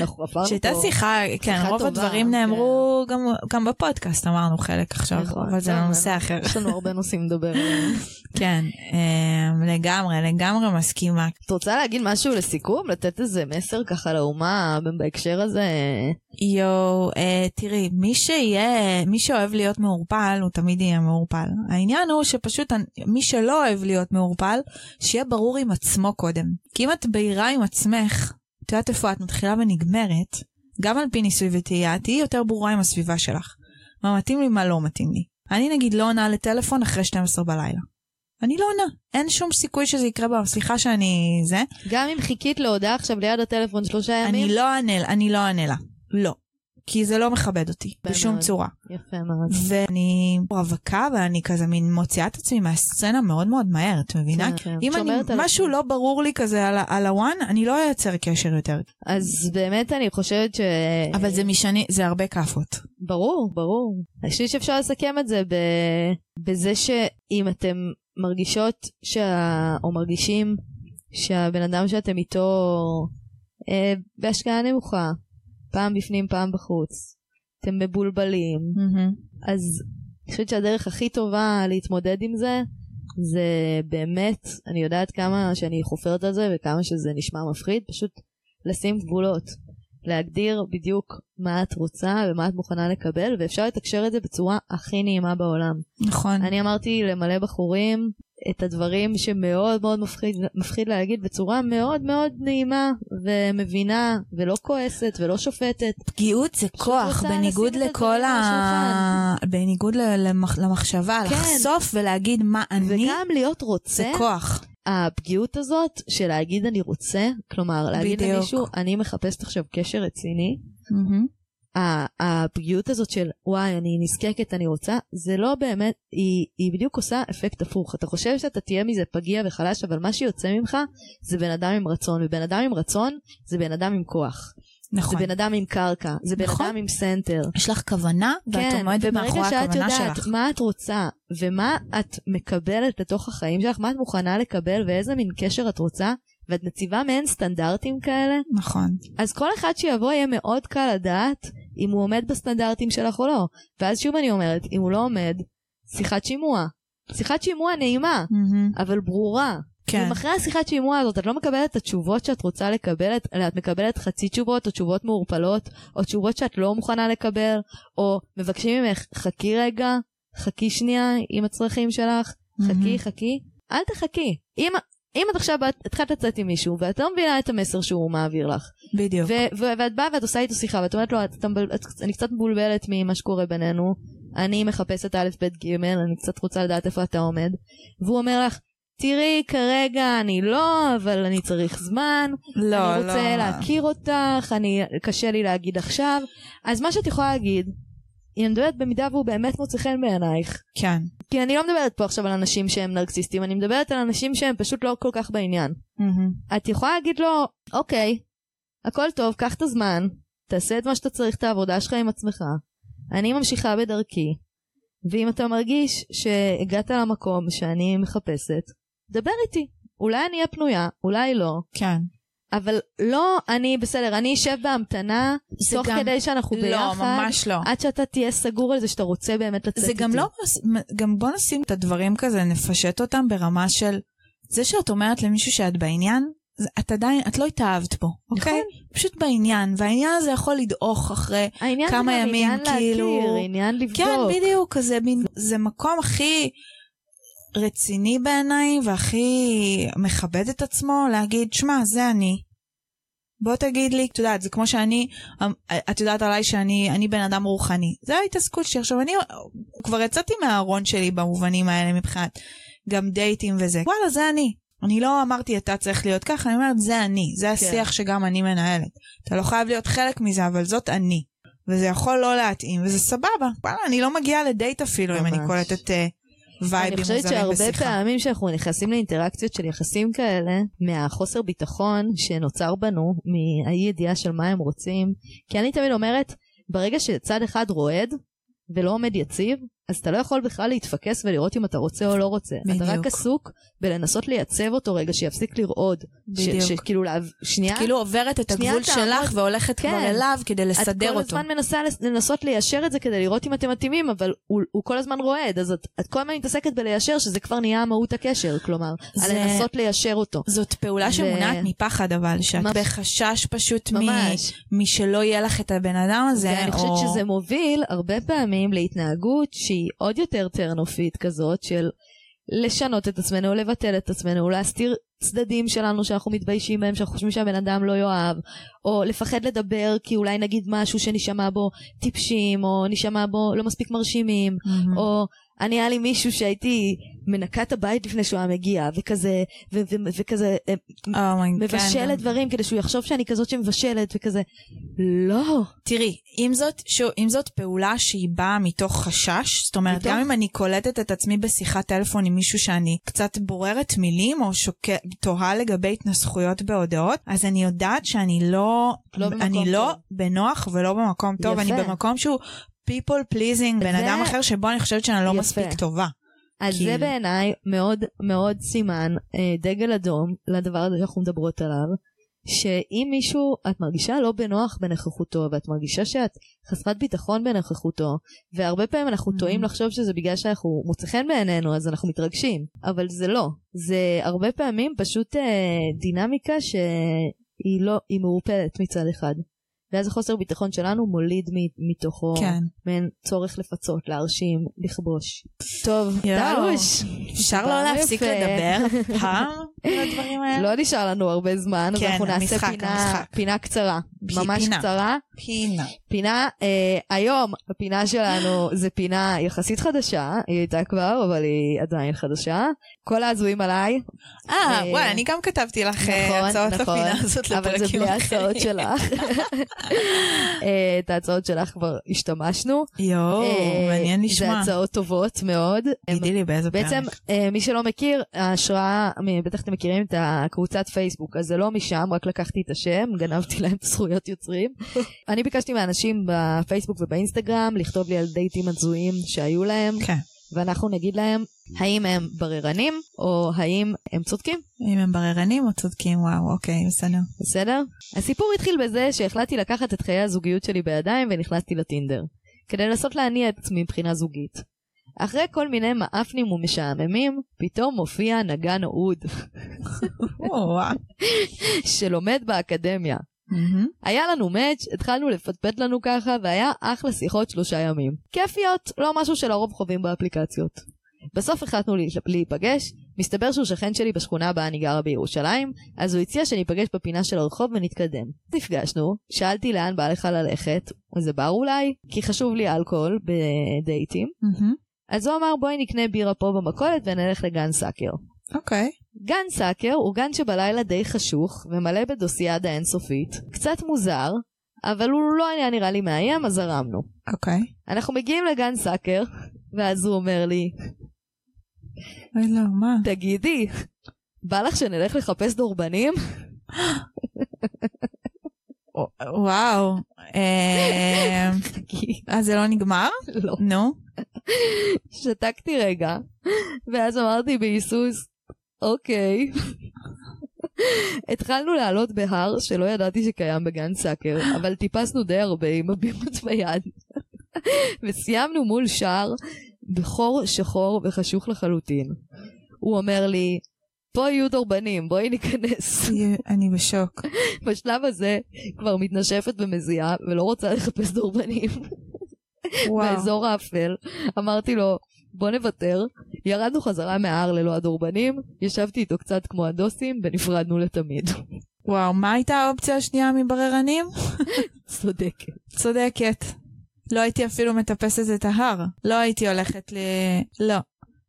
[SPEAKER 1] אנחנו עברנו פה...
[SPEAKER 2] שהייתה שיחה, כן,
[SPEAKER 1] שיחה
[SPEAKER 2] רוב
[SPEAKER 1] טובה,
[SPEAKER 2] הדברים
[SPEAKER 1] כן.
[SPEAKER 2] נאמרו גם, גם בפודקאסט, אמרנו חלק עכשיו,
[SPEAKER 1] נכון,
[SPEAKER 2] אבל זה לא
[SPEAKER 1] כן,
[SPEAKER 2] נושא אחר.
[SPEAKER 1] יש לנו הרבה נושאים לדבר עליהם.
[SPEAKER 2] כן, אה, לגמרי, לגמרי מסכימה.
[SPEAKER 1] את רוצה להגיד משהו לסיכום? לתת איזה מסר ככה לאומה בהקשר הזה?
[SPEAKER 2] יואו, אה, תראי, מי שיהיה, מי שאוהב להיות מעורפל, הוא תמיד יהיה מעורפל. העניין הוא שפשוט הנ- מי שלא אוהב להיות מעורפל, שיהיה ברור עם עצמו קודם. כי אם את בהירה עם עצמך, את יודעת איפה את מתחילה ונגמרת, גם על פי ניסוי וטעייה, תהיי יותר ברורה עם הסביבה שלך. מה מתאים לי, מה לא מתאים לי. אני נגיד לא עונה לטלפון אחרי 12 בלילה. אני לא עונה. אין שום סיכוי שזה יקרה בה, סליחה שאני זה.
[SPEAKER 1] גם אם חיכית להודעה עכשיו ליד הטלפון שלושה ימים?
[SPEAKER 2] אני לא אענה, אני לא אענה לה. לא. כי זה לא מכבד אותי,
[SPEAKER 1] מאוד.
[SPEAKER 2] בשום צורה.
[SPEAKER 1] יפה מאוד.
[SPEAKER 2] ואני רווקה ואני כזה מין מוציאה את עצמי מהסצנה מאוד מאוד מהר, את מבינה?
[SPEAKER 1] כן, כן.
[SPEAKER 2] אם אני,
[SPEAKER 1] שומרת על
[SPEAKER 2] משהו לא ברור לי כזה על, ה- על הוואן, אני לא אייצר קשר יותר.
[SPEAKER 1] אז באמת אני חושבת ש... אה.
[SPEAKER 2] אבל זה משני, זה הרבה כאפות.
[SPEAKER 1] ברור, ברור. אני חושבת שאפשר לסכם את זה ב... בזה שאם אתם מרגישות שה... או מרגישים שהבן אדם שאתם איתו אה, בהשקעה נמוכה, פעם בפנים, פעם בחוץ, אתם מבולבלים, אז אני חושבת שהדרך הכי טובה להתמודד עם זה, זה באמת, אני יודעת כמה שאני חופרת על זה וכמה שזה נשמע מפחיד, פשוט לשים גבולות. להגדיר בדיוק מה את רוצה ומה את מוכנה לקבל, ואפשר לתקשר את זה בצורה הכי נעימה בעולם.
[SPEAKER 2] נכון.
[SPEAKER 1] אני אמרתי למלא בחורים את הדברים שמאוד מאוד מפחיד, מפחיד להגיד בצורה מאוד מאוד נעימה ומבינה ולא כועסת ולא שופטת.
[SPEAKER 2] פגיעות זה כוח,
[SPEAKER 1] רוצה
[SPEAKER 2] בניגוד
[SPEAKER 1] לשים את
[SPEAKER 2] לכל
[SPEAKER 1] הדברים על
[SPEAKER 2] ה...
[SPEAKER 1] השולחן.
[SPEAKER 2] בניגוד ל- למח- למחשבה,
[SPEAKER 1] כן.
[SPEAKER 2] לחשוף ולהגיד מה אני,
[SPEAKER 1] וגם להיות
[SPEAKER 2] זה
[SPEAKER 1] רוצה,
[SPEAKER 2] כוח.
[SPEAKER 1] הפגיעות הזאת של להגיד אני רוצה, כלומר להגיד
[SPEAKER 2] בדיוק.
[SPEAKER 1] למישהו אני מחפשת עכשיו קשר רציני,
[SPEAKER 2] מהמם.
[SPEAKER 1] ה- הפגיעות הזאת של וואי אני נזקקת אני רוצה זה לא באמת היא, היא בדיוק עושה אפקט הפוך אתה חושב שאתה תהיה מזה פגיע וחלש אבל מה שיוצא ממך זה בן אדם עם רצון ובן אדם עם רצון זה בן אדם עם כוח
[SPEAKER 2] נכון.
[SPEAKER 1] זה בן אדם עם קרקע זה בן
[SPEAKER 2] נכון.
[SPEAKER 1] אדם עם סנטר.
[SPEAKER 2] יש לך כוונה, ואת
[SPEAKER 1] כן,
[SPEAKER 2] עומדת מאחורי
[SPEAKER 1] וברגע שאת
[SPEAKER 2] הכוונה
[SPEAKER 1] יודעת
[SPEAKER 2] שלך.
[SPEAKER 1] מה את רוצה ומה את מקבלת לתוך החיים שלך, מה את מוכנה לקבל ואיזה מין קשר את רוצה, ואת מציבה מעין סטנדרטים כאלה,
[SPEAKER 2] נכון.
[SPEAKER 1] אז כל אחד שיבוא יהיה מאוד קל לדעת אם הוא עומד בסטנדרטים שלך או לא. ואז שוב אני אומרת, אם הוא לא עומד, שיחת שימוע. שיחת שימוע נעימה,
[SPEAKER 2] מהמם.
[SPEAKER 1] אבל ברורה.
[SPEAKER 2] כן.
[SPEAKER 1] אם אחרי השיחת שימוע הזאת את לא מקבלת את התשובות שאת רוצה לקבל, את- אלא את מקבלת חצי תשובות או תשובות מעורפלות, או תשובות שאת לא מוכנה לקבל, או מבקשים ממך, חכי רגע, חכי שנייה עם הצרכים שלך, חכי, חכי, אל תחכי. אם, אם את עכשיו באת- התחלת לצאת עם מישהו, ואת לא מבינה את המסר שהוא מעביר לך,
[SPEAKER 2] בדיוק.
[SPEAKER 1] ו- ו- ואת באה ואת עושה איתו שיחה, ואת אומרת לו, "את- אתה מבול- את- אני קצת מבולבלת ממה שקורה בינינו, אני מחפשת א', ב', ג', אני קצת רוצה לדעת איפה אתה עומד. והוא אומר לך, תראי, כרגע אני לא, אבל אני צריך זמן,
[SPEAKER 2] לא,
[SPEAKER 1] אני רוצה
[SPEAKER 2] לא.
[SPEAKER 1] להכיר אותך, אני, קשה לי להגיד עכשיו. אז מה שאת יכולה להגיד, היא מדברת במידה והוא באמת מוצא חן בעינייך.
[SPEAKER 2] כן.
[SPEAKER 1] כי אני לא מדברת פה עכשיו על אנשים שהם נרקסיסטים, אני מדברת על אנשים שהם פשוט לא כל כך בעניין. את יכולה להגיד לו, אוקיי, הכל טוב, קח את הזמן, תעשה את מה שאתה צריך, את העבודה שלך עם עצמך. אני ממשיכה בדרכי, ואם אתה מרגיש שהגעת למקום שאני מחפשת, דבר איתי. אולי אני אהיה פנויה, אולי לא,
[SPEAKER 2] כן.
[SPEAKER 1] אבל לא, אני בסדר, אני אשב בהמתנה,
[SPEAKER 2] זה
[SPEAKER 1] תוך
[SPEAKER 2] גם-
[SPEAKER 1] כדי שאנחנו ביחד,
[SPEAKER 2] לא, ממש לא.
[SPEAKER 1] עד שאתה תהיה סגור על זה שאתה רוצה באמת לצאת
[SPEAKER 2] זה
[SPEAKER 1] איתי.
[SPEAKER 2] גם לא, גם בוא נשים את הדברים כזה, נפשט אותם ברמה של, זה שאת אומרת למישהו שאת בעניין, זה- את עדיין, את לא התאהבת בו, אוקיי? פשוט בעניין, והעניין הזה יכול לדעוך אחרי,
[SPEAKER 1] העניין זה
[SPEAKER 2] כמה
[SPEAKER 1] גם
[SPEAKER 2] ימים,
[SPEAKER 1] עניין
[SPEAKER 2] כאילו-
[SPEAKER 1] להכיר, עניין לבדוק.
[SPEAKER 2] כן, בדיוק, כזה מין, זה מקום הכי רציני בעיניי, והכי מכבד את עצמו, להגיד, שמע, זה אני. בוא תגיד לי, את יודעת, זה כמו שאני, את יודעת עליי שאני אני בן אדם רוחני. זה ההתעסקות שלי. עכשיו, אני כבר יצאתי מהארון שלי במובנים האלה מבחינת גם דייטים וזה. וואלה, זה אני. אני לא אמרתי, אתה צריך להיות ככה, אני אומרת, זה אני. זה השיח שגם אני מנהלת. אתה לא חייב להיות חלק מזה, אבל זאת אני. וזה יכול לא להתאים, וזה סבבה. וואלה, אני לא מגיעה לדייט אפילו, אם אני
[SPEAKER 1] ממש.
[SPEAKER 2] קולטת אה,
[SPEAKER 1] אני
[SPEAKER 2] וייבים
[SPEAKER 1] חושבת
[SPEAKER 2] מוזרים
[SPEAKER 1] שהרבה
[SPEAKER 2] בשיחה.
[SPEAKER 1] פעמים שאנחנו נכנסים לאינטראקציות של יחסים כאלה, מהחוסר ביטחון שנוצר בנו, מהאי ידיעה של מה הם רוצים, כי אני תמיד אומרת, ברגע שצד אחד רועד ולא עומד יציב, אז אתה לא יכול בכלל להתפקס ולראות אם אתה רוצה או לא רוצה.
[SPEAKER 2] בדיוק.
[SPEAKER 1] אתה רק עסוק בלנסות לייצב אותו רגע, שיפסיק לרעוד. ש-
[SPEAKER 2] בדיוק.
[SPEAKER 1] שכאילו, להב- שנייה,
[SPEAKER 2] כאילו עוברת את
[SPEAKER 1] שנייה,
[SPEAKER 2] הגבול
[SPEAKER 1] תעמוד.
[SPEAKER 2] שלך והולכת כבר
[SPEAKER 1] כן.
[SPEAKER 2] אליו כדי
[SPEAKER 1] את
[SPEAKER 2] לסדר
[SPEAKER 1] כל
[SPEAKER 2] אותו.
[SPEAKER 1] הזמן מנסה לס- לנסות ליישר את זה כדי לראות אם אתם מתאימים, אבל הוא, הוא כל הזמן רועד, אז את, את כל הזמן מתעסקת בליישר, שזה כבר נהיה מהות הקשר, כלומר,
[SPEAKER 2] זה-
[SPEAKER 1] על לנסות ליישר אותו.
[SPEAKER 2] זאת פעולה
[SPEAKER 1] ו-
[SPEAKER 2] שמונעת מפחד אבל, שאת
[SPEAKER 1] ממש.
[SPEAKER 2] בחשש פשוט מ-
[SPEAKER 1] ממש.
[SPEAKER 2] משלא יהיה לך את הבן אדם הזה,
[SPEAKER 1] ואני
[SPEAKER 2] או...
[SPEAKER 1] חושבת שזה מוביל הרבה פעמים להתנהגות שהיא עוד יותר טרנופית כזאת של לשנות את עצמנו, לבטל את עצמנו, להסתיר צדדים שלנו שאנחנו מתביישים בהם, שאנחנו חושבים שהבן אדם לא יאהב, או לפחד לדבר כי אולי נגיד משהו שנשמע בו טיפשים, או נשמע בו לא מספיק מרשימים,
[SPEAKER 2] מהמם.
[SPEAKER 1] או אני היה לי מישהו שהייתי מנקה את הבית לפני שהוא היה מגיע, וכזה, ו- ו- וכזה אה,
[SPEAKER 2] אומי, כן,
[SPEAKER 1] מבשלת
[SPEAKER 2] גם-
[SPEAKER 1] דברים כדי שהוא יחשוב שאני כזאת שמבשלת, וכזה, לא.
[SPEAKER 2] תראי, אם זאת, שוב, אם זאת פעולה שהיא באה מתוך חשש, זאת אומרת,
[SPEAKER 1] מתוך-
[SPEAKER 2] גם אם אני קולטת את עצמי בשיחת טלפון עם מישהו שאני קצת בוררת מילים או שוק... תוהה לגבי התנסחויות בהודעות, אז אני יודעת שאני לא,
[SPEAKER 1] לא במקום
[SPEAKER 2] אני לא
[SPEAKER 1] טוב.
[SPEAKER 2] בנוח ולא במקום טוב,
[SPEAKER 1] יפה.
[SPEAKER 2] אני במקום שהוא people pleasing, בן
[SPEAKER 1] זה-
[SPEAKER 2] אדם אחר שבו אני חושבת שאני לא
[SPEAKER 1] יפה.
[SPEAKER 2] מספיק טובה.
[SPEAKER 1] אז
[SPEAKER 2] כאילו.
[SPEAKER 1] זה בעיניי מאוד מאוד סימן, אה, דגל אדום, לדבר הזה שאנחנו מדברות עליו, שאם מישהו, את מרגישה לא בנוח בנוכחותו, ואת מרגישה שאת חסרת ביטחון בנוכחותו, והרבה פעמים אנחנו
[SPEAKER 2] Mhm.
[SPEAKER 1] טועים לחשוב שזה בגלל שאנחנו מוצא חן בעינינו, אז אנחנו מתרגשים, אבל זה לא. זה הרבה פעמים פשוט אה, דינמיקה שהיא לא, היא מעורפלת מצד אחד. ואז החוסר ביטחון שלנו מוליד מ- מתוכו
[SPEAKER 2] כן.
[SPEAKER 1] מעין צורך לפצות, להרשים, לכבוש. טוב,
[SPEAKER 2] יואו.
[SPEAKER 1] דלוש.
[SPEAKER 2] אפשר לא
[SPEAKER 1] דיברנו
[SPEAKER 2] להפסיק
[SPEAKER 1] יפה.
[SPEAKER 2] לדבר פעם על הדברים האלה?
[SPEAKER 1] לא נשאר לנו הרבה זמן, אז
[SPEAKER 2] כן,
[SPEAKER 1] אנחנו נעשה
[SPEAKER 2] המשחק,
[SPEAKER 1] פינה,
[SPEAKER 2] המשחק.
[SPEAKER 1] פינה קצרה.
[SPEAKER 2] פי-
[SPEAKER 1] ממש
[SPEAKER 2] פינה.
[SPEAKER 1] קצרה.
[SPEAKER 2] פינה.
[SPEAKER 1] פינה, אה, היום הפינה שלנו זה פינה יחסית חדשה, היא הייתה כבר, אבל היא עדיין חדשה. כל ההזויים עליי,
[SPEAKER 2] אה,
[SPEAKER 1] אה,
[SPEAKER 2] וואי, אני גם כתבתי לך אה,
[SPEAKER 1] נכון,
[SPEAKER 2] הצעות
[SPEAKER 1] נכון,
[SPEAKER 2] לפינה הזאת לפרקים
[SPEAKER 1] אבל זה בלי ההצעות שלך. אה, את ההצעות שלך כבר השתמשנו.
[SPEAKER 2] יואו,
[SPEAKER 1] אה,
[SPEAKER 2] מעניין
[SPEAKER 1] זה
[SPEAKER 2] לשמוע.
[SPEAKER 1] הצעות טובות מאוד.
[SPEAKER 2] תגידי לי באיזה פרק.
[SPEAKER 1] בעצם, אה, מי שלא מכיר, ההשראה, מ- בטח אתם מכירים את הקבוצת פייסבוק, אז זה לא משם, רק לקחתי את השם, גנבתי להם זכויות יוצרים. אני ביקשתי מאנשים בפייסבוק ובאינסטגרם לכתוב לי על דייטים הזויים שהיו להם,
[SPEAKER 2] כן.
[SPEAKER 1] ואנחנו נגיד להם האם הם בררנים, או האם הם צודקים,
[SPEAKER 2] אם הם בררנים או צודקים, וואו, אוקיי, בסדר.
[SPEAKER 1] בסדר? הסיפור התחיל בזה שהחלטתי לקחת את חיי הזוגיות שלי בידיים ונכנסתי לטינדר, כדי לנסות להניע את עצמי מבחינה זוגית. אחרי כל מיני מעפנים ומשעממים, פתאום מופיע נגן אהוד.
[SPEAKER 2] וואו.
[SPEAKER 1] שלומד באקדמיה.
[SPEAKER 2] מהמם.
[SPEAKER 1] היה לנו מאץ', התחלנו לפטפט לנו ככה, והיה אחלה שיחות שלושה ימים. כיפיות, לא משהו שלרוב חווים באפליקציות. בסוף החלטנו להת- להיפגש, מסתבר שהוא שכן שלי בשכונה בה אני גרה בירושלים, אז הוא הציע שניפגש בפינה של הרחוב ונתקדם. נפגשנו, שאלתי לאן בא לך ללכת, איזה בר אולי? כי חשוב לי אלכוהול בדייטים.
[SPEAKER 2] מהמם.
[SPEAKER 1] אז הוא אמר בואי נקנה בירה פה במכולת ונלך לגן סאקר.
[SPEAKER 2] אוקיי.
[SPEAKER 1] גן סאקר הוא גן שבלילה די חשוך ומלא בדוסיאדה אינסופית, קצת מוזר, אבל הוא לא היה נראה לי מאיים, אז זרמנו.
[SPEAKER 2] אוקיי.
[SPEAKER 1] אנחנו מגיעים לגן סאקר, ואז הוא אומר לי,
[SPEAKER 2] אוי, לא, מה?
[SPEAKER 1] תגידי, בא לך שנלך לחפש דורבנים?
[SPEAKER 2] וואו. אה,
[SPEAKER 1] כי
[SPEAKER 2] אז זה לא נגמר?
[SPEAKER 1] לא.
[SPEAKER 2] נו.
[SPEAKER 1] שתקתי רגע, ואז אמרתי בהיסוס, אוקיי. התחלנו לעלות בהר שלא ידעתי שקיים בגן סאקר, אבל טיפסנו די הרבה עם הבירות ביד. וסיימנו מול שער בחור שחור וחשוך לחלוטין. הוא אומר לי, פה יהיו דורבנים, בואי ניכנס.
[SPEAKER 2] אני בשוק.
[SPEAKER 1] בשלב הזה כבר מתנשפת ומזיעה ולא רוצה לחפש דורבנים.
[SPEAKER 2] וואו.
[SPEAKER 1] באזור האפל. אמרתי לו, בוא נוותר. ירדנו חזרה מההר ללא הדורבנים, ישבתי איתו קצת כמו הדוסים, ונפרדנו לתמיד.
[SPEAKER 2] וואו, מה הייתה האופציה השנייה מבררנים?
[SPEAKER 1] צודקת.
[SPEAKER 2] צודקת. לא הייתי אפילו מטפסת את ההר. לא הייתי הולכת ל... לא.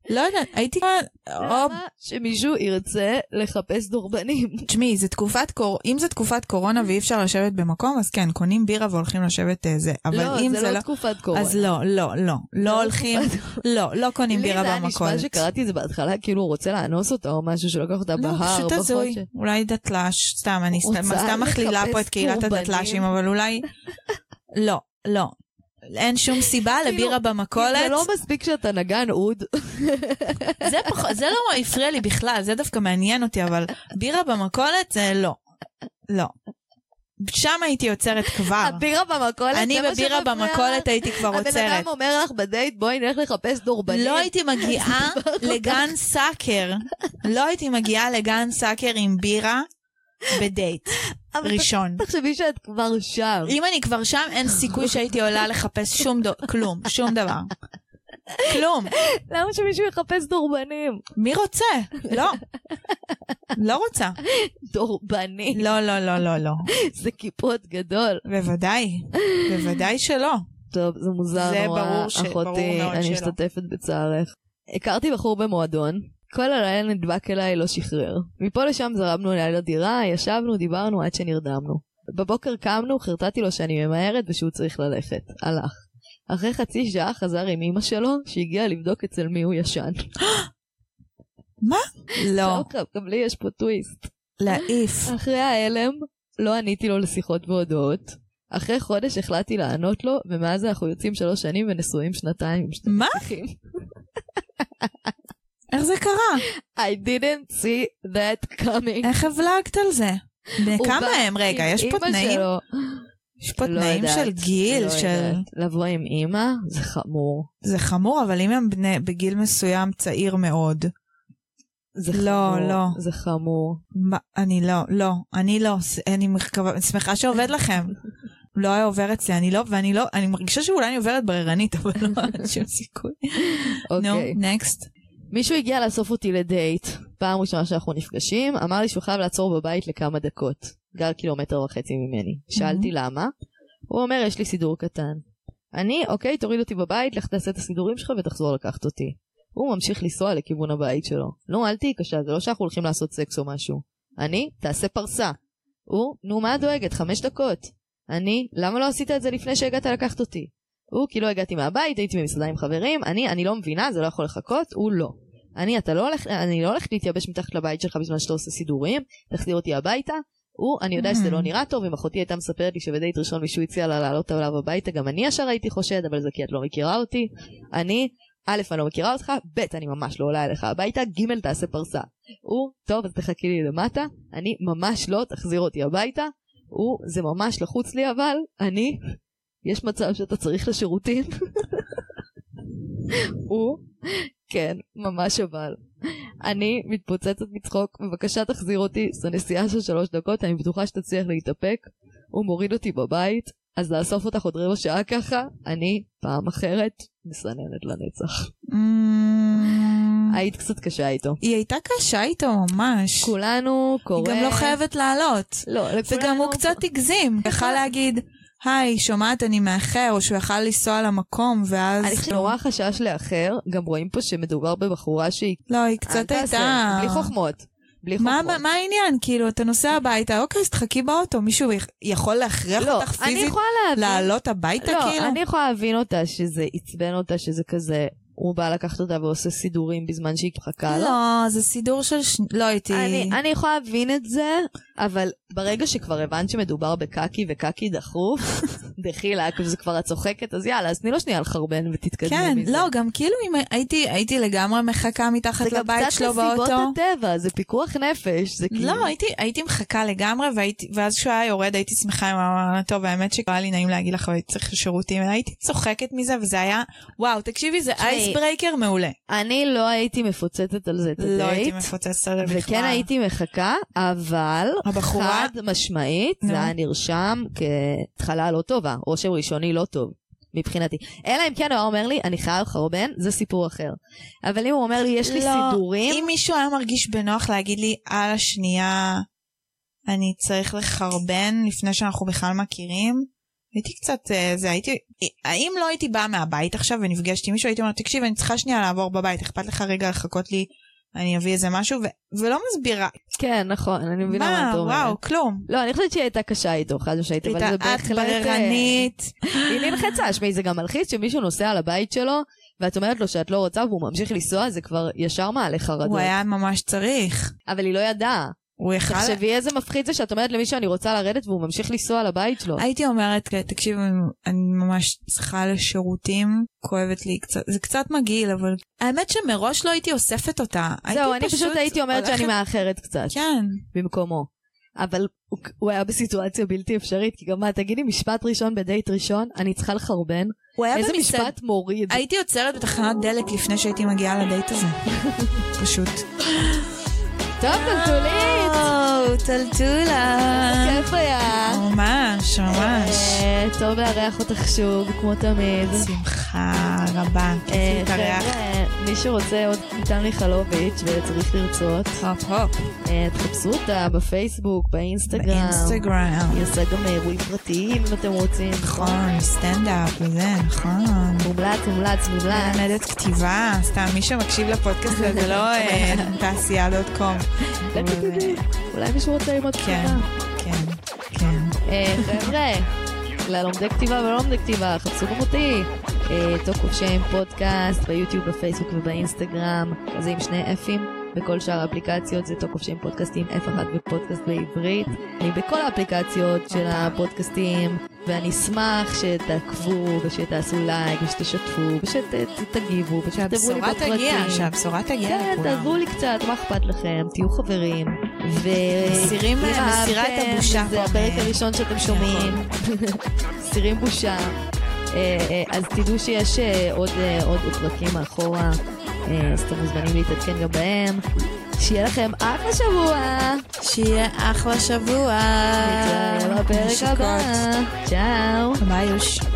[SPEAKER 2] לא יודעת, הייתי...
[SPEAKER 1] אה,
[SPEAKER 2] או...
[SPEAKER 1] למה שמישהו ירצה לחפש דורבנים?
[SPEAKER 2] תשמעי, זה תקופת קור... אם זה תקופת קורונה ואי אפשר לשבת במקום, אז כן, קונים בירה והולכים לשבת אה, זה. אבל
[SPEAKER 1] לא,
[SPEAKER 2] אם
[SPEAKER 1] זה לא תקופת קורונה.
[SPEAKER 2] אז לא, לא, לא. לא הולכים...
[SPEAKER 1] תקופת-
[SPEAKER 2] לא, לא קונים
[SPEAKER 1] לי זה
[SPEAKER 2] בירה
[SPEAKER 1] היה נשמע
[SPEAKER 2] במכולת.
[SPEAKER 1] שקראתי את זה בהתחלה, כאילו הוא רוצה לאנוס אותה או משהו שלוקח אותה
[SPEAKER 2] לא,
[SPEAKER 1] בהר.
[SPEAKER 2] פשוט
[SPEAKER 1] בחושך.
[SPEAKER 2] הזוי. אולי דתל"ש, סתם, אני
[SPEAKER 1] רוצה
[SPEAKER 2] סתם סתם מכלילה פה
[SPEAKER 1] לחפש
[SPEAKER 2] את קהילת
[SPEAKER 1] קורבנים.
[SPEAKER 2] הדתל"שים, אבל אולי... לא. לא. אין שום סיבה
[SPEAKER 1] כאילו,
[SPEAKER 2] לבירה במכולת.
[SPEAKER 1] זה לא מספיק שאתה נגן אוד.
[SPEAKER 2] זה פחות, זה לא הפריע לי בכלל, זה דווקא מעניין אותי, אבל בירה במכולת זה לא. לא. שם הייתי עוצרת כבר.
[SPEAKER 1] הבירה במכולת,
[SPEAKER 2] אה. אני
[SPEAKER 1] זה מה
[SPEAKER 2] בבירה
[SPEAKER 1] שמפריע
[SPEAKER 2] במכולת
[SPEAKER 1] לך?
[SPEAKER 2] הייתי כבר
[SPEAKER 1] הבן אדם
[SPEAKER 2] עוצרת.
[SPEAKER 1] אומר לך בדייט, בואי נלך לחפש דורבנים.
[SPEAKER 2] לא הייתי מגיעה לגן סאקר. לא הייתי מגיעה לגן סאקר עם בירה בדייט
[SPEAKER 1] אבל
[SPEAKER 2] ראשון.
[SPEAKER 1] ת- תחשבי שאת כבר שם.
[SPEAKER 2] אם אני כבר שם, אין סיכוי שהייתי עולה לחפש שום דו... כלום, שום דבר. כלום.
[SPEAKER 1] למה שמישהו יחפש דורבנים?
[SPEAKER 2] מי רוצה? לא. לא רוצה.
[SPEAKER 1] דורבנים.
[SPEAKER 2] לא, לא, לא, לא, לא.
[SPEAKER 1] זה קיפוד גדול.
[SPEAKER 2] בוודאי. בוודאי שלא.
[SPEAKER 1] טוב, זה מוזר
[SPEAKER 2] זה
[SPEAKER 1] נורא,
[SPEAKER 2] ברור ש-
[SPEAKER 1] אחותי,
[SPEAKER 2] ברור מאוד
[SPEAKER 1] אני
[SPEAKER 2] שלא.
[SPEAKER 1] משתתפת בצערך. הכרתי בחור במועדון, כל הלילה נדבק אליי לא שחרר. מפה לשם זרמנו אליי לדירה, ישבנו, דיברנו עד שנרדמנו. בבוקר קמנו, חרטטתי לו שאני ממהרת ושהוא צריך ללכת. הלך. אחרי חצי שעה חזר עם אמא שלו, שהגיעה לבדוק אצל מי הוא ישן.
[SPEAKER 2] לא.
[SPEAKER 1] טוב, גם לי יש פה טוויסט.
[SPEAKER 2] להעיף.
[SPEAKER 1] אחרי ההלם, לא עניתי לו לשיחות והודעות. אחרי חודש החלטתי לענות לו, ומאז אנחנו יוצאים שלוש שנים ונשואים שנתיים עם שני
[SPEAKER 2] מה?
[SPEAKER 1] אחים.
[SPEAKER 2] איך זה קרה?
[SPEAKER 1] I didn't see that coming.
[SPEAKER 2] איך הבלגת על זה? בני
[SPEAKER 1] הוא
[SPEAKER 2] אה, כמה
[SPEAKER 1] בא
[SPEAKER 2] הם? רגע,
[SPEAKER 1] עם
[SPEAKER 2] יש פה
[SPEAKER 1] אמא
[SPEAKER 2] תנאים?
[SPEAKER 1] שלו.
[SPEAKER 2] יש פה
[SPEAKER 1] לא
[SPEAKER 2] תנאים
[SPEAKER 1] יודעת,
[SPEAKER 2] של גיל,
[SPEAKER 1] לא
[SPEAKER 2] של...
[SPEAKER 1] יודעת. לבוא עם אימא זה חמור.
[SPEAKER 2] זה חמור, אבל אם הם בני- בגיל מסוים צעיר מאוד,
[SPEAKER 1] זה
[SPEAKER 2] לא,
[SPEAKER 1] חמור.
[SPEAKER 2] לא.
[SPEAKER 1] זה חמור.
[SPEAKER 2] מה- אני לא, לא, אני לא, ס- אני מקווה- שמחה שעובד לכם. לא היה עובר אצלי, אני לא, ואני לא, אני מרגישה שאולי אני עוברת בררנית, אבל לא, אין שום סיכוי. נו,
[SPEAKER 1] אוקיי.
[SPEAKER 2] נקסט.
[SPEAKER 1] מישהו הגיע לאסוף אותי לדייט. פעם ראשונה שאנחנו נפגשים, אמר לי שהוא חייב לעצור בבית לכמה דקות. גר קילומטר וחצי ממני. שאלתי למה? הוא אומר, יש לי סידור קטן. אני, אוקיי, תוריד אותי בבית, לך תעשה את הסידורים שלך ותחזור לקחת אותי. הוא ממשיך לנסוע לכיוון הבית שלו. נו, אל תהיי קשה, זה לא שאנחנו הולכים לעשות סקס או משהו. אני, תעשה פרסה. הוא, נו, מה את דואגת? חמש דקות. אני, למה לא עשית את זה לפני שהגעת לקחת אותי? הוא, כי לא הגעתי מהבית, הייתי במסעדה עם חברים, אני, אני לא מבינה, זה לא יכול לחכות, הוא לא. אני, אתה לא הולך, אני לא הולכת להתייבש מתחת לבית שלך בזמן שאתה עושה סידורים, תחזיר אותי הביתה. הוא, אני יודע שזה לא נראה טוב, אם אחותי הייתה מספרת לי שבדייט ראשון מישהו הציע לה לעלות עליו הביתה, גם אני ישר הייתי חושד, אבל זה כי את לא מכירה אותי. אני, א', אני לא מכירה אותך, ב', אני ממש לא עולה אליך הביתה, ג', תעשה פרסה. הוא, טוב, אז תחכי לי למטה, אני, ממש לא, תחזיר אותי הביתה. הוא, זה ממש לחוץ לי אבל, אני, יש מצב שאתה צריך לשירותים? הוא, כן, ממש אבל. אני מתפוצצת מצחוק, בבקשה תחזיר אותי, זו נסיעה של שלוש דקות, אני בטוחה שתצליח להתאפק. הוא מוריד אותי בבית, אז לאסוף אותך עוד רבע שעה ככה, אני, פעם אחרת, מסננת לנצח.
[SPEAKER 2] אמ,
[SPEAKER 1] היית קצת קשה איתו.
[SPEAKER 2] היא הייתה קשה איתו ממש.
[SPEAKER 1] כולנו קורא...
[SPEAKER 2] היא גם לא חייבת לעלות.
[SPEAKER 1] לא, לכולנו...
[SPEAKER 2] וגם הוא קצת הגזים, יכל להגיד, היי, שומעת, אני מאחר, או שהוא יכל לנסוע למקום, ואז...
[SPEAKER 1] אני חושבת שנורא חשש לאחר, גם רואים פה שמדובר בבחורה שהיא...
[SPEAKER 2] לא, היא קצת
[SPEAKER 1] אל תעשה,
[SPEAKER 2] הייתה...
[SPEAKER 1] בלי חוכמות. בלי
[SPEAKER 2] מה-
[SPEAKER 1] חוכמות.
[SPEAKER 2] מה העניין? כאילו, אתה נוסע הביתה, אוקיי, אז תחכי באוטו, מישהו יכ- יכול להכריח
[SPEAKER 1] לא,
[SPEAKER 2] אותך
[SPEAKER 1] אני
[SPEAKER 2] פיזית
[SPEAKER 1] יכולה להבין.
[SPEAKER 2] לעלות הביתה, כאילו?
[SPEAKER 1] לא, אני יכולה להבין אותה שזה עצבן אותה, שזה כזה, הוא בא לקחת אותה ועושה סידורים בזמן שהיא מחכה לו.
[SPEAKER 2] לא, זה סידור של... ש- לא הייתי...
[SPEAKER 1] אני, אני יכולה להבין את זה, אבל ברגע שכבר הבנת שמדובר בקקי וקקי דחוף, דחילק, וזה כבר את צוחקת, אז יאללה, אז תני לו שנייה לחרבן ותתקדמי
[SPEAKER 2] כן,
[SPEAKER 1] מזה.
[SPEAKER 2] לא, גם כאילו אם הייתי, הייתי לגמרי מחכה מתחת
[SPEAKER 1] זה גם
[SPEAKER 2] לבית
[SPEAKER 1] קצת
[SPEAKER 2] שלו
[SPEAKER 1] נסיבות
[SPEAKER 2] באוטו.
[SPEAKER 1] הטבע, זה פיקוח נפש, זה כאילו...
[SPEAKER 2] לא, הייתי, הייתי מחכה לגמרי, והייתי, ואז כשהוא היה יורד הייתי שמחה עם ה... טוב, האמת שלא היה לי נעים להגיד לך, אבל הייתי צריך שירותים, אלא הייתי צוחקת מזה, וזה היה, וואו, תקשיבי, זה
[SPEAKER 1] תשמעי,
[SPEAKER 2] אייס ברייקר מעולה.
[SPEAKER 1] אני לא הייתי מפוצצת על זה את
[SPEAKER 2] לא הייתי
[SPEAKER 1] הדייט,
[SPEAKER 2] מפוצצת על זה בכלל.
[SPEAKER 1] וכן הייתי מחכה, אבל
[SPEAKER 2] הבחורה,
[SPEAKER 1] חד משמעית,
[SPEAKER 2] נו.
[SPEAKER 1] זה היה נרשם כהתחלה לא טובה, רושם ראשוני לא טוב. מבחינתי. אלא אם כן הוא היה אומר לי, אני חייב חרבן, זה סיפור אחר. אבל אם הוא אומר לי, יש לי
[SPEAKER 2] לא,
[SPEAKER 1] סידורים,
[SPEAKER 2] אם מישהו היה מרגיש בנוח להגיד לי, על השנייה, אני צריך לחרבן לפני שאנחנו בכלל מכירים, הייתי קצת, אה, זה הייתי, האם לא הייתי באה מהבית עכשיו ונפגשת עם מישהו, הייתי אומרת, תקשיב, אני צריכה שנייה לעבור בבית, אכפת לך רגע לחכות לי, אני אביא איזה משהו, ו- ולא מסבירה.
[SPEAKER 1] כן, נכון, אני מבינה מה אתה אומר.
[SPEAKER 2] וואו, כלום.
[SPEAKER 1] לא, אני חושבת שהיא הייתה קשה איתו, חד משמעית, אבל זה
[SPEAKER 2] הייתה את
[SPEAKER 1] בהחלט... אה,
[SPEAKER 2] בררנית.
[SPEAKER 1] היא נלחצה, שמעי, זה גם מלחיץ שמישהו נוסע לבית שלו, ואת אומרת לו שאת לא רוצה והוא ממשיך לנסוע, זה כבר ישר מעלה חרדות.
[SPEAKER 2] הוא היה ממש צריך.
[SPEAKER 1] אבל היא לא ידעה.
[SPEAKER 2] הוא יכל...
[SPEAKER 1] תחשבי איזה מפחיד זה שאת אומרת למישהו אני רוצה לרדת והוא ממשיך לנסוע לבית שלו.
[SPEAKER 2] הייתי אומרת, תקשיב, אני ממש צריכה לשירותים, כואבת לי קצת, זה קצת מגעיל, אבל האמת שמראש לא הייתי אוספת אותה. הייתי
[SPEAKER 1] זהו, אני פשוט הייתי אומרת שאני
[SPEAKER 2] הולכת-
[SPEAKER 1] מאחרת קצת,
[SPEAKER 2] כן.
[SPEAKER 1] במקומו. אבל הוא- הוא היה בסיטואציה בלתי אפשרית, כי גם מה, תגידי משפט ראשון בדייט ראשון, אני צריכה לחרבן?
[SPEAKER 2] הוא היה
[SPEAKER 1] איזה
[SPEAKER 2] במסעד-
[SPEAKER 1] משפט מוריד.
[SPEAKER 2] הייתי עוצרת בתחנת דלק לפני שהייתי מגיעה לדייט הזה. פשוט.
[SPEAKER 1] טוב, טלטולית!
[SPEAKER 2] וואו, טלטולה.
[SPEAKER 1] כיף היה.
[SPEAKER 2] ממש, ממש.
[SPEAKER 1] אה, טוב לארח אותך שוב, כמו תמיד.
[SPEAKER 2] שמחה רבה. כיף
[SPEAKER 1] אה,
[SPEAKER 2] להתארח.
[SPEAKER 1] חבר'ה, מי שרוצה עוד איתן מיכלוביץ' וצריך לרצות,
[SPEAKER 2] הופ הופ.
[SPEAKER 1] אה, תחפשו אותה בפייסבוק, באינסטגרם.
[SPEAKER 2] באינסטגרם.
[SPEAKER 1] היא עושה גם אירועים פרטיים אם אתם רוצים.
[SPEAKER 2] נכון, סטנדאפ וזה, נכון.
[SPEAKER 1] מומלץ, מומלץ, מומלץ.
[SPEAKER 2] מלמדת כתיבה, סתם מי שמקשיב לפודקאסט הזה זה לא אה, תעשייה דוט קום.
[SPEAKER 1] לך תדעי, אולי מישהו רוצה ללמוד
[SPEAKER 2] כן,
[SPEAKER 1] כתיבה.
[SPEAKER 2] כן, כן.
[SPEAKER 1] אה, חבר'ה, ללומדי כתיבה וללומדי כתיבה, חפשו גם אותי. אה, טוק שם פודקאסט ביוטיוב, בפייסבוק ובאינסטגרם, זה עם שני אפים. בכל שאר האפליקציות זה טוק שם פודקאסטים F1 ופודקאסט בעברית. אני בכל האפליקציות של הפודקאסטים, ואני אשמח שתעקבו ושתעשו לייק ושתשתפו ושתגיבו ושתכתבו לי
[SPEAKER 2] שהבשורה
[SPEAKER 1] בפרטים.
[SPEAKER 2] תגיע, שהבשורה תגיע
[SPEAKER 1] כן,
[SPEAKER 2] לכולם.
[SPEAKER 1] תעזרו לי קצת, מה אכפת לכם? תהיו חברים. ו...
[SPEAKER 2] מסירים- אה,
[SPEAKER 1] אם
[SPEAKER 2] מסירה את
[SPEAKER 1] אהבתם,
[SPEAKER 2] הבושה
[SPEAKER 1] זה
[SPEAKER 2] פה. נכון.
[SPEAKER 1] הפרק הראשון שאתם שומעים. מסירים בושה. אה, אה, אז תדעו שיש אה, עוד אה, עוד פרקים מאחורה, אה, אז אתם מוזמנים להתעדכן גם בהם. שיהיה לכם אחלה שבוע.
[SPEAKER 2] שיהיה אחלה שבוע.
[SPEAKER 1] נתראה בפרק
[SPEAKER 2] נשיקות.
[SPEAKER 1] הבא. צ'או.
[SPEAKER 2] ביי יוש.